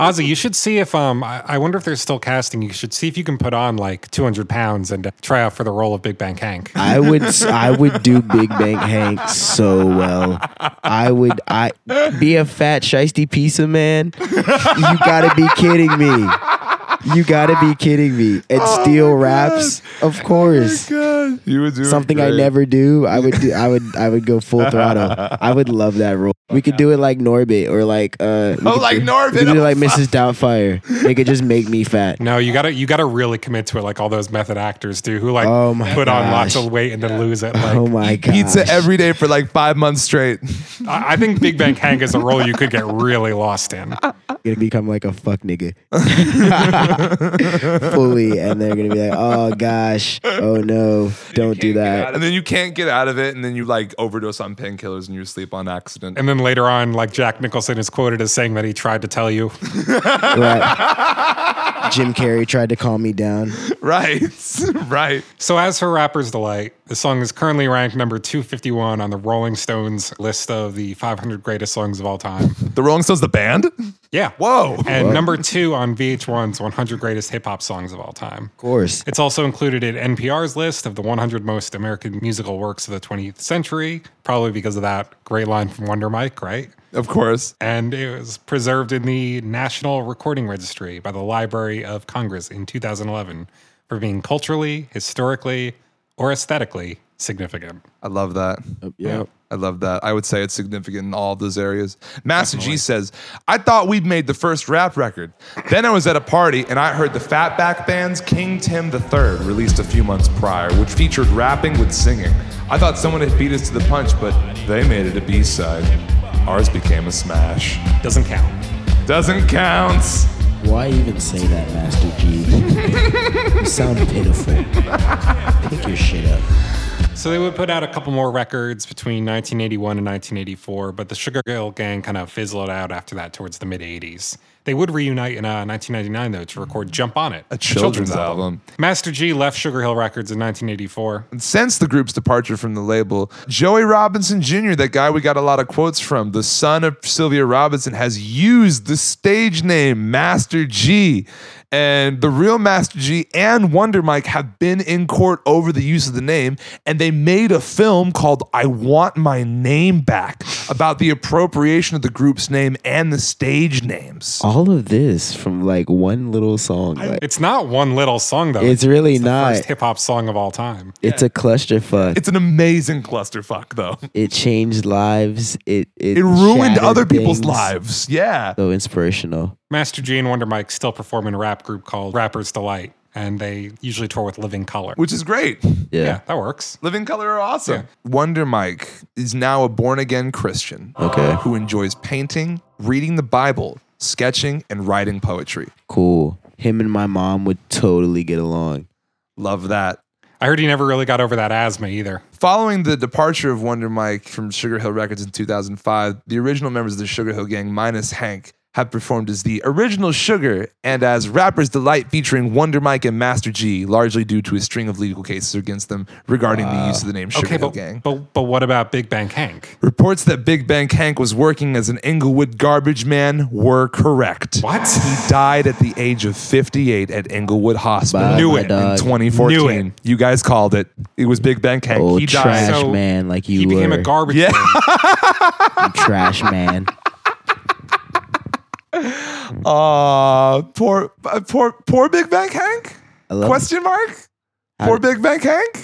Speaker 3: Ozzy, you should see if um I, I wonder if they're still casting. You should see if you can put on like 200 pounds and try out for the role of Big Bang Hank.
Speaker 2: I would I would do Big Bang Hank so well. I would I be a fat shisty piece of man. You gotta be kidding me. You gotta be kidding me. And
Speaker 1: Oh
Speaker 2: steal raps, of course.
Speaker 1: God, you would do it
Speaker 2: Something I
Speaker 1: great.
Speaker 2: never do. I would do I would I would go full throttle. I would love that role. We could do it like Norbit or like uh we
Speaker 1: Oh,
Speaker 2: could
Speaker 1: like
Speaker 2: do-
Speaker 1: Norbit,
Speaker 2: We could do
Speaker 1: oh,
Speaker 2: like Mrs. Doubtfire. They could just make me fat.
Speaker 3: No, you gotta you gotta really commit to it like all those method actors do who like
Speaker 2: Oh my
Speaker 3: put on lots
Speaker 2: gosh.
Speaker 3: of weight and then lose it. Like
Speaker 2: Oh my god.
Speaker 1: Pizza every day for like five months straight.
Speaker 3: I, I think Big Bang Hank is a role you could get really lost in.
Speaker 2: gonna become like a fuck nigga fully and they're gonna be like oh gosh oh no don't do that
Speaker 1: And then you can't get out of it, and then you like overdose on painkillers and you sleep on accident.
Speaker 3: And then later on, like Jack Nicholson is quoted as saying that he tried to tell you.
Speaker 2: right. jim carrey tried to calm me down
Speaker 1: Right. right.
Speaker 3: So as for Rapper's Delight, the song is currently ranked number 251 on the Rolling Stones list of the 500 greatest songs of all time.
Speaker 1: The Rolling Stones, the band?
Speaker 3: Yeah.
Speaker 1: Whoa.
Speaker 3: And number two on VH1's 100 greatest hip hop songs of all time.
Speaker 2: of course
Speaker 3: It's also included in NPR's list of the 100 most American musical works of the 20th century, probably because of that great line from Wonder Mike, right?
Speaker 1: Of course.
Speaker 3: And it was preserved in the National Recording Registry by the Library of Congress in 2011 for being culturally, historically, or aesthetically significant.
Speaker 1: I love that.
Speaker 2: yeah
Speaker 1: I love that. I would say it's significant in all of those areas. Master G says, I thought we'd made the first rap record. Then I was at a party and I heard the Fatback Band's King Tim III released a few months prior, which featured rapping with singing. I thought someone had beat us to the punch, but they made it a B side. Ours became a smash.
Speaker 3: Doesn't count.
Speaker 1: Doesn't count.
Speaker 2: why even say that master g you sound pitiful pick your shit up
Speaker 3: So they would put out a couple more records between 1981 and 1984, but the Sugar Hill Gang kind of fizzled out after that towards the mid 80s. They would reunite in uh, 1999 though to record "Jump on It,"
Speaker 1: A children's album.
Speaker 3: Master G left Sugar Hill Records in 1984.
Speaker 1: Since the group's departure from the label, Joey Robinson Jr., that guy we got a lot of quotes from, the son of Sylvia Robinson, has used the stage name Master G. And the real Master G and Wonder Mike have been in court over the use of the name, and they made a film called I Want My Name Back about the appropriation of the group's name and the stage names.
Speaker 2: all of this from like one little song like,
Speaker 3: It's not one little song though.
Speaker 2: it's really not
Speaker 3: first hip hop song of all time.
Speaker 2: it's a clusterfuck
Speaker 1: It's an amazing clusterfuck, though.
Speaker 2: it changed lives it it,
Speaker 1: It ruined
Speaker 2: shattered
Speaker 1: other people's
Speaker 2: things.
Speaker 1: lives. Yeah.
Speaker 2: so inspirational
Speaker 3: Master G and Wonder Mike still perform in a rap group called Rappers Delight, and they usually tour with Living Color.
Speaker 1: Which is great.
Speaker 2: yeah.
Speaker 3: yeah, that works.
Speaker 1: Living color are awesome. Wonder Mike is now a born again Christian
Speaker 2: okay
Speaker 1: who enjoys painting, reading the Bible, sketching, and writing poetry.
Speaker 2: cool. Him and my mom would totally get along.
Speaker 1: Love that.
Speaker 3: I heard he never really got over that asthma either.
Speaker 1: Following the departure of Wonder Mike from Sugar Hill Records in 2005, the original members of the Sugar Hill Gang, minus Hank, have performed as the original Sugar and as Rapper's Delight featuring Wonder Mike and Master G, largely due to a string of legal cases against them regarding the use of the name Sugar
Speaker 3: Okay,
Speaker 1: Hill
Speaker 3: but,
Speaker 1: Gang.
Speaker 3: but but what about Big Bang Hank?
Speaker 1: Reports that Big Bang Hank was working as an Englewood garbage man were correct.
Speaker 3: What?
Speaker 1: He died at the age of 58 at Englewood Hospital.
Speaker 2: Bye,
Speaker 3: Knew
Speaker 2: my
Speaker 3: it.
Speaker 1: In
Speaker 2: dog.
Speaker 1: 2014.
Speaker 3: Knew it.
Speaker 1: You guys called it. It was Big Bang Hank.
Speaker 2: Old
Speaker 1: he died.
Speaker 2: trash
Speaker 3: So,
Speaker 2: man, like you
Speaker 3: He became
Speaker 2: were.
Speaker 3: a garbage
Speaker 1: Yeah.
Speaker 3: man.
Speaker 2: you trash man.
Speaker 1: Aw, poor, uh, poor, poor Big Bang Hank?
Speaker 2: I love
Speaker 1: Question mark? Poor Big Bang Hank?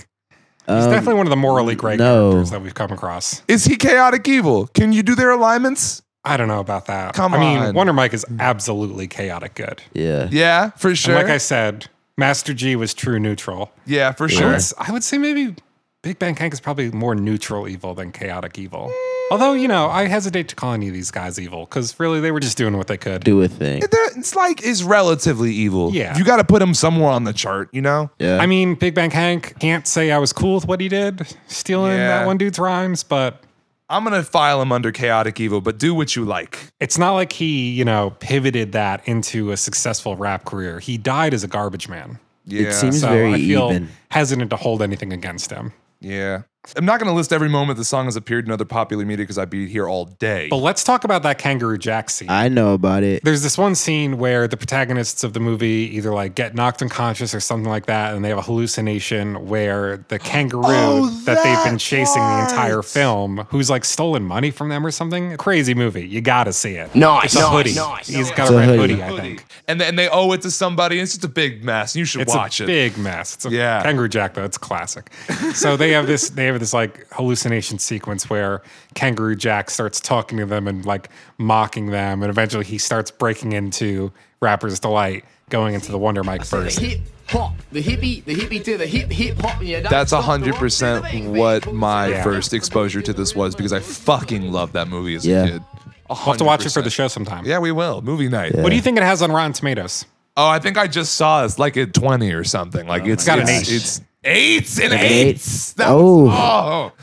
Speaker 3: He's
Speaker 2: Um,
Speaker 3: definitely one of the morally great
Speaker 2: no.
Speaker 3: characters that we've come across.
Speaker 1: Is he chaotic evil? Can you do their alignments?
Speaker 3: I don't know about that.
Speaker 1: Come
Speaker 3: I
Speaker 1: on.
Speaker 3: mean, Wonder Mike is absolutely chaotic good.
Speaker 2: Yeah.
Speaker 1: Yeah, for
Speaker 3: And
Speaker 1: sure.
Speaker 3: like I said, Master G was true neutral.
Speaker 1: yeah, for
Speaker 3: I
Speaker 1: sure.
Speaker 3: would, I would say maybe Big Bang Hank is probably more neutral evil than chaotic evil. Although, you know, I hesitate to call any of these guys evil because really they were just doing what they could.
Speaker 2: Do a thing.
Speaker 1: They're- It's like is relatively evil.
Speaker 3: Yeah.
Speaker 1: You got to put him somewhere on the chart, you know?
Speaker 2: Yeah.
Speaker 3: I mean, Big Bang Hank can't say I was cool with what he did, stealing
Speaker 1: Yeah.
Speaker 3: that one dude's rhymes, but
Speaker 1: I'm gonna file him under chaotic evil, but do what you like.
Speaker 3: it's not like he, you know, pivoted that into a successful rap career. He died as a garbage man.
Speaker 1: Yeah,
Speaker 2: seems- He's
Speaker 3: So
Speaker 2: very
Speaker 3: I feel
Speaker 2: even.
Speaker 3: hesitant to hold anything against him.
Speaker 1: yeah. I'm not going to list every moment the song has appeared in other popular media because I'd be here all day.
Speaker 3: But let's talk about that Kangaroo Jack scene.
Speaker 9: I know about it.
Speaker 3: There's this one scene where the protagonists of the movie either like get knocked unconscious or something like that, and they have a hallucination where the kangaroo that they've been chasing the entire film, who's like stolen money from them or something. Crazy movie. You gotta see it.
Speaker 6: Nice,
Speaker 3: it's a
Speaker 6: nice,
Speaker 3: hoodie.
Speaker 6: nice,
Speaker 3: He's got
Speaker 9: It's
Speaker 3: a
Speaker 9: a
Speaker 3: red hoodie.
Speaker 9: hoodie.
Speaker 3: I think.
Speaker 1: and, and they owe it to somebody. And it's just a big mess. You should
Speaker 3: It's
Speaker 1: watch
Speaker 3: a
Speaker 1: it.
Speaker 3: big mess. It's a
Speaker 1: Yeah.
Speaker 3: kangaroo jack though. It's classic. So they have this they have this like hallucination sequence where kangaroo jack starts talking to them and like mocking them, and eventually he starts breaking into rapper's delight, going into the Wonder Mike verse.
Speaker 10: hip hop, the hippie, the hippie to the hip hip hop. Yeah,
Speaker 1: That's 100% what my
Speaker 3: Yeah.
Speaker 1: first exposure to this was because I fucking loved that movie as
Speaker 9: Yeah.
Speaker 1: a kid. I'll
Speaker 3: We'll have to watch it for the show sometime.
Speaker 1: Yeah, we will. Movie night.
Speaker 3: What do you think it has on Rotten Tomatoes?
Speaker 1: Oh, I think I just saw it's like a 20 or something. Like it's
Speaker 3: God. Oh, Got an
Speaker 1: it's,
Speaker 3: eight.
Speaker 1: It's eights and
Speaker 9: An eight?
Speaker 1: eights. That
Speaker 9: Oh.
Speaker 1: was-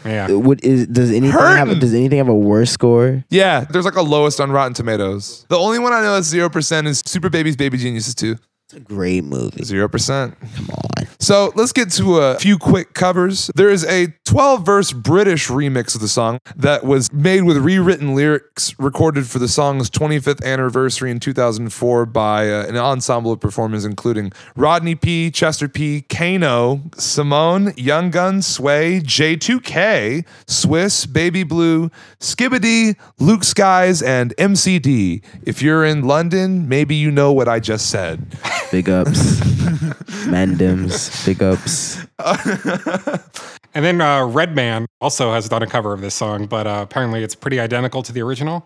Speaker 1: oh.
Speaker 3: Yeah.
Speaker 9: Uh, What is does anything
Speaker 1: Hurtin'.
Speaker 9: have does anything have a worse score?
Speaker 1: Yeah, there's like a lowest on Rotten Tomatoes. The only one I know that's 0% is Super Babies Baby Geniuses 2.
Speaker 9: Great movie.
Speaker 1: 0%. Come on. So let's get to a few quick covers. There is a 12 verse British remix of the song that was made with rewritten lyrics recorded for the song's 25th anniversary in 2004 by uh, an ensemble of performers, including Rodney P., Chester P., Kano, Simone, Young Gun, Sway, J2K, Swiss, Baby Blue, Skibbity, Luke Skies, and MCD. If you're in London, maybe you know what I just said.
Speaker 9: Big ups. Mandems. Big ups.
Speaker 3: And then uh, Redman also has done a cover of this song, but uh, apparently it's pretty identical to the original.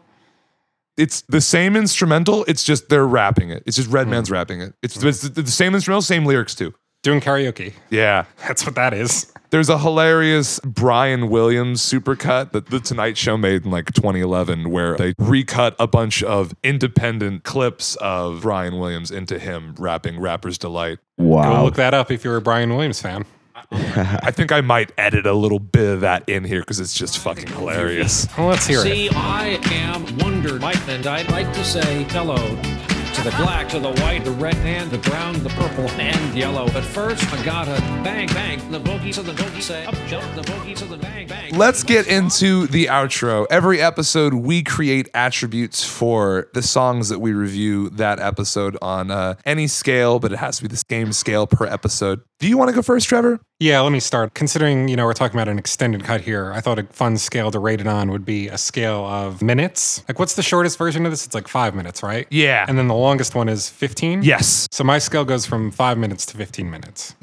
Speaker 1: it's the same instrumental. It's just they're rapping it. It's just Redman's rapping it. It's, it's the, the same instrumental, same lyrics too.
Speaker 3: Doing karaoke.
Speaker 1: Yeah.
Speaker 3: That's what that is.
Speaker 1: There's a hilarious Brian Williams supercut that The Tonight Show made in like 2011 where they recut a bunch of independent clips of Brian Williams into him rapping Rapper's Delight.
Speaker 3: Go
Speaker 9: Wow.
Speaker 3: look that up if you're a Brian Williams fan.
Speaker 1: I think I might edit a little bit of that in here because it's just fucking hilarious.
Speaker 3: Well, let's hear it.
Speaker 11: See, I am Wonder Mike, and I'd like to say hello to the black, to the white, the red, and the brown, the purple, and yellow. But first, I gotta bang, bang, the bogey to the bogey, say up, jump the bogey to the bang, bang.
Speaker 1: Let's get into the outro. Every episode, we create attributes for the songs that we review that episode on uh, any scale, but it has to be the same scale per episode. Do you want to go first, Trevor?
Speaker 3: Yeah, let me start. Considering, you know, we're talking about an extended cut here, I thought a fun scale to rate it on would be a scale of minutes. Like, what's the shortest version of this? It's like five minutes, right?
Speaker 1: Yeah.
Speaker 3: And then the longest one is 15?
Speaker 1: Yes.
Speaker 3: So my scale goes from five minutes to 15 minutes.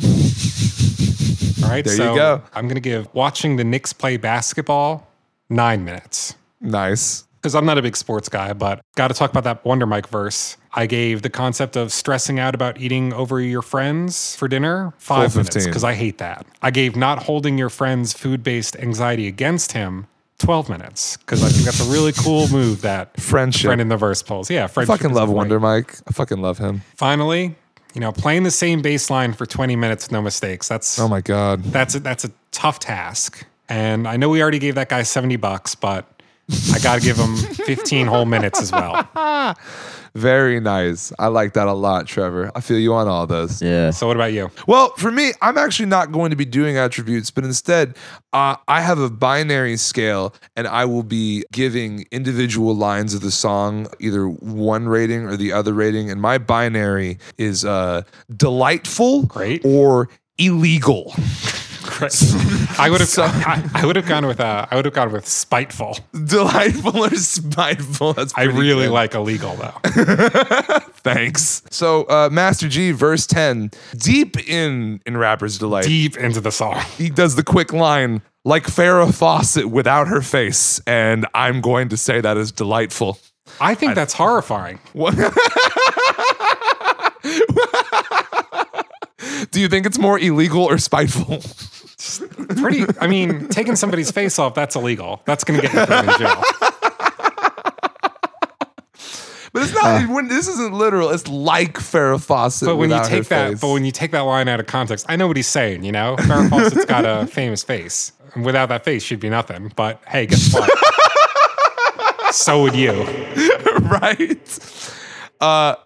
Speaker 3: All right.
Speaker 1: There you
Speaker 3: so
Speaker 1: go.
Speaker 3: I'm going to give watching the Knicks play basketball nine minutes
Speaker 1: Nice.
Speaker 3: because I'm not a big sports guy, but got to talk about that Wonder Mike verse. I gave the concept of stressing out about eating over your friends for dinner five
Speaker 1: Full
Speaker 3: minutes
Speaker 1: 15.
Speaker 3: because I hate that. I gave not holding your friend's food based anxiety against him 12 minutes because I think that's a really cool move that
Speaker 1: Friendship.
Speaker 3: friend in the verse pulls. Yeah,
Speaker 1: I
Speaker 3: friendship.
Speaker 1: fucking
Speaker 3: is
Speaker 1: love
Speaker 3: great.
Speaker 1: Wonder Mike. I fucking love him.
Speaker 3: Finally, you know, playing the same bass line for 20 minutes, no mistakes. That's
Speaker 1: Oh my God.
Speaker 3: that's a, that's a tough task. And I know we already gave that guy 70 bucks, but I got to give him 15 whole minutes as well.
Speaker 1: Very nice. I like that a lot, Trevor. I feel you on all those.
Speaker 9: Yeah.
Speaker 3: So what about you?
Speaker 1: Well, for me, I'm actually not going to be doing attributes, but instead, uh, I have a binary scale and I will be giving individual lines of the song either one rating or the other rating. And my binary is uh, delightful
Speaker 3: Great.
Speaker 1: or illegal.
Speaker 3: I would have I, I would have gone with uh, I would have gone with spiteful.
Speaker 1: delightful or spiteful. That's
Speaker 3: I
Speaker 1: pretty
Speaker 3: really
Speaker 1: good.
Speaker 3: like illegal though.
Speaker 1: Thanks. So, uh, Master G, verse 10, deep in in Rapper's Delight.
Speaker 3: Deep into the song.
Speaker 1: he does the quick line like Farrah Fawcett without her face, and I'm going to say that is delightful.
Speaker 3: I think that's horrifying.
Speaker 1: What? Do you think it's more illegal or spiteful?
Speaker 3: Pretty. I mean, taking somebody's face off that's illegal. That's going to get you thrown in jail.
Speaker 1: But it's not. when, this isn't literal. It's like Farrah Fawcett.
Speaker 3: But when you
Speaker 1: without her
Speaker 3: take that,
Speaker 1: face.
Speaker 3: but when you take that line out of context, I know what he's saying. You know, Farrah Fawcett's got a famous face. And without that face, she'd be nothing. But hey, guess what? so would you.
Speaker 1: right? Uh, I,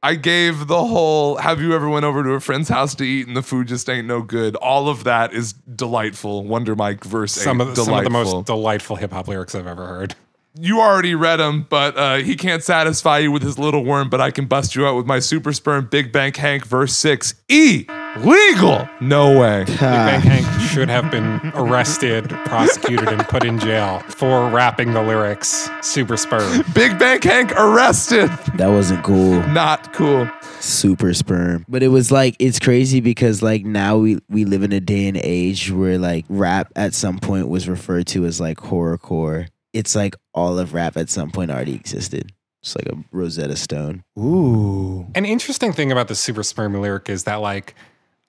Speaker 1: I gave the whole have you ever went over to a friend's house to eat and the food just ain't no good. All of that is delightful. Wonder Mike verse
Speaker 3: Some
Speaker 1: eight,
Speaker 3: of, the, some
Speaker 1: delightful.
Speaker 3: of the most delightful hip hop lyrics I've ever heard.
Speaker 1: you already read him, but uh, he can't satisfy you with his little worm, but I can bust you out with my super sperm Big Bang Hank verse six. E legal. No way.
Speaker 3: Big Bang Hank should have been arrested, prosecuted, and put in jail for rapping the lyrics Super Sperm.
Speaker 1: Big Bang Hank arrested.
Speaker 9: That wasn't cool.
Speaker 1: Not cool.
Speaker 9: super sperm. But it was like it's crazy because like now we we live in a day and age where like rap at some point was referred to as like horrorcore. It's like all of rap at some point already existed. It's like a Rosetta Stone.
Speaker 2: Ooh.
Speaker 3: An interesting thing about the Super Sperm lyric is that, like,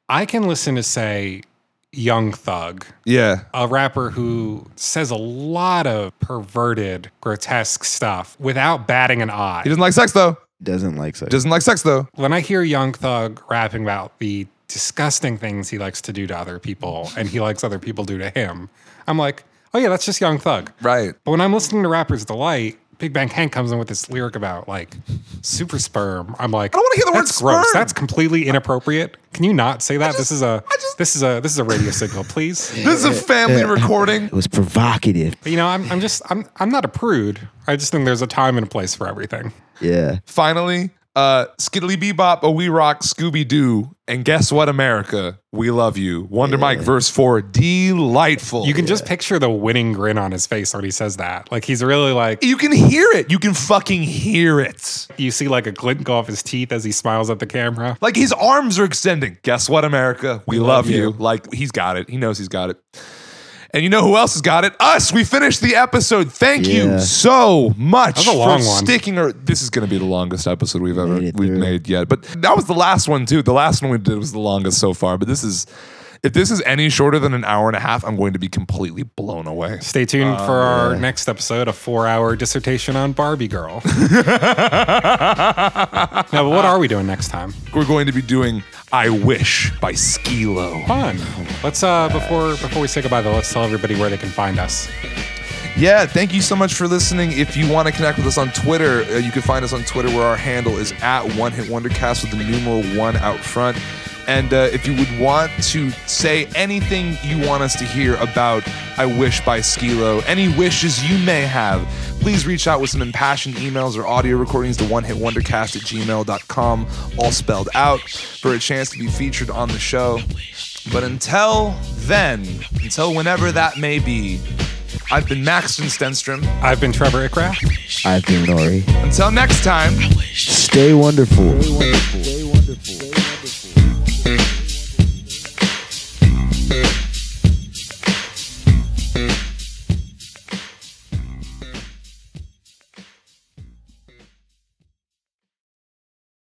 Speaker 3: I can listen to, say, Young Thug,
Speaker 1: Yeah.
Speaker 3: a rapper who says a lot of perverted, grotesque stuff without batting an eye.
Speaker 1: He doesn't like sex though.
Speaker 9: Doesn't like so.
Speaker 1: Doesn't like sex though.
Speaker 3: when I hear Young Thug rapping about the disgusting things he likes to do to other people and he likes other people do to him, I'm like, oh yeah, that's just Young Thug.
Speaker 1: Right.
Speaker 3: But when I'm listening to Rapper's Delight, Big Bang Hank comes in with this lyric about like super sperm. I'm like, I
Speaker 1: don't wanna hear the word
Speaker 3: that's gross.
Speaker 1: sperm."
Speaker 3: That's completely inappropriate. Can you not say that? this is a this is a this is a radio signal, please.
Speaker 1: This is a family recording.
Speaker 9: It was provocative.
Speaker 3: But, you know, I'm I'm just I'm I'm not a prude. I just think there's a time and a place for everything.
Speaker 9: Yeah.
Speaker 1: Finally, uh, Skiddly Bebop, a We Rock, Scooby Doo, and guess what, America? We love you. Wonder Mike, verse four, delightful.
Speaker 3: You can just picture the winning grin on his face when he says that. Like he's really like
Speaker 1: you can hear it. You can fucking hear it.
Speaker 3: You see like a glint go off his teeth as he smiles at the camera.
Speaker 1: Like his arms are extending. Guess what, America? We, love, you. Like he's got it. He knows he's got it. And you know who else has got it? Us. We finished the episode. Thank you
Speaker 9: Yeah.
Speaker 1: so much
Speaker 3: was a long
Speaker 1: for
Speaker 3: one.
Speaker 1: sticking. Or this is going to be the longest episode we've ever
Speaker 9: it
Speaker 1: we've
Speaker 9: through.
Speaker 1: made yet. But that was the last one too. The last one we did was the longest so far. But this is. If this is any shorter than an hour and a half, I'm going to be completely blown away.
Speaker 3: Stay tuned for our next episode, a four hour dissertation on Barbie Girl. no, but what are we doing next time?
Speaker 1: We're going to be doing I Wish by Skilo.
Speaker 3: Fun. Let's uh before before we say goodbye though, let's tell everybody where they can find us.
Speaker 1: Yeah, thank you so much for listening. If you want to connect with us on Twitter, uh, you can find us on Twitter where our handle is at One Hit Wondercast with the numeral one out front. And uh, if you would want to say anything you want us to hear about I Wish by Skilo, any wishes you may have, please reach out with some impassioned emails or audio recordings to onehitwondercast at gmail.com, all spelled out, for a chance to be featured on the show. But until then, until whenever that may be, I've been Maxton Stenstrom.
Speaker 3: I've been Trevor Ickrath.
Speaker 9: I've been Nori.
Speaker 1: Until next time.
Speaker 9: Stay wonderful.
Speaker 2: Stay wonderful. Stay wonderful. Stay wonderful.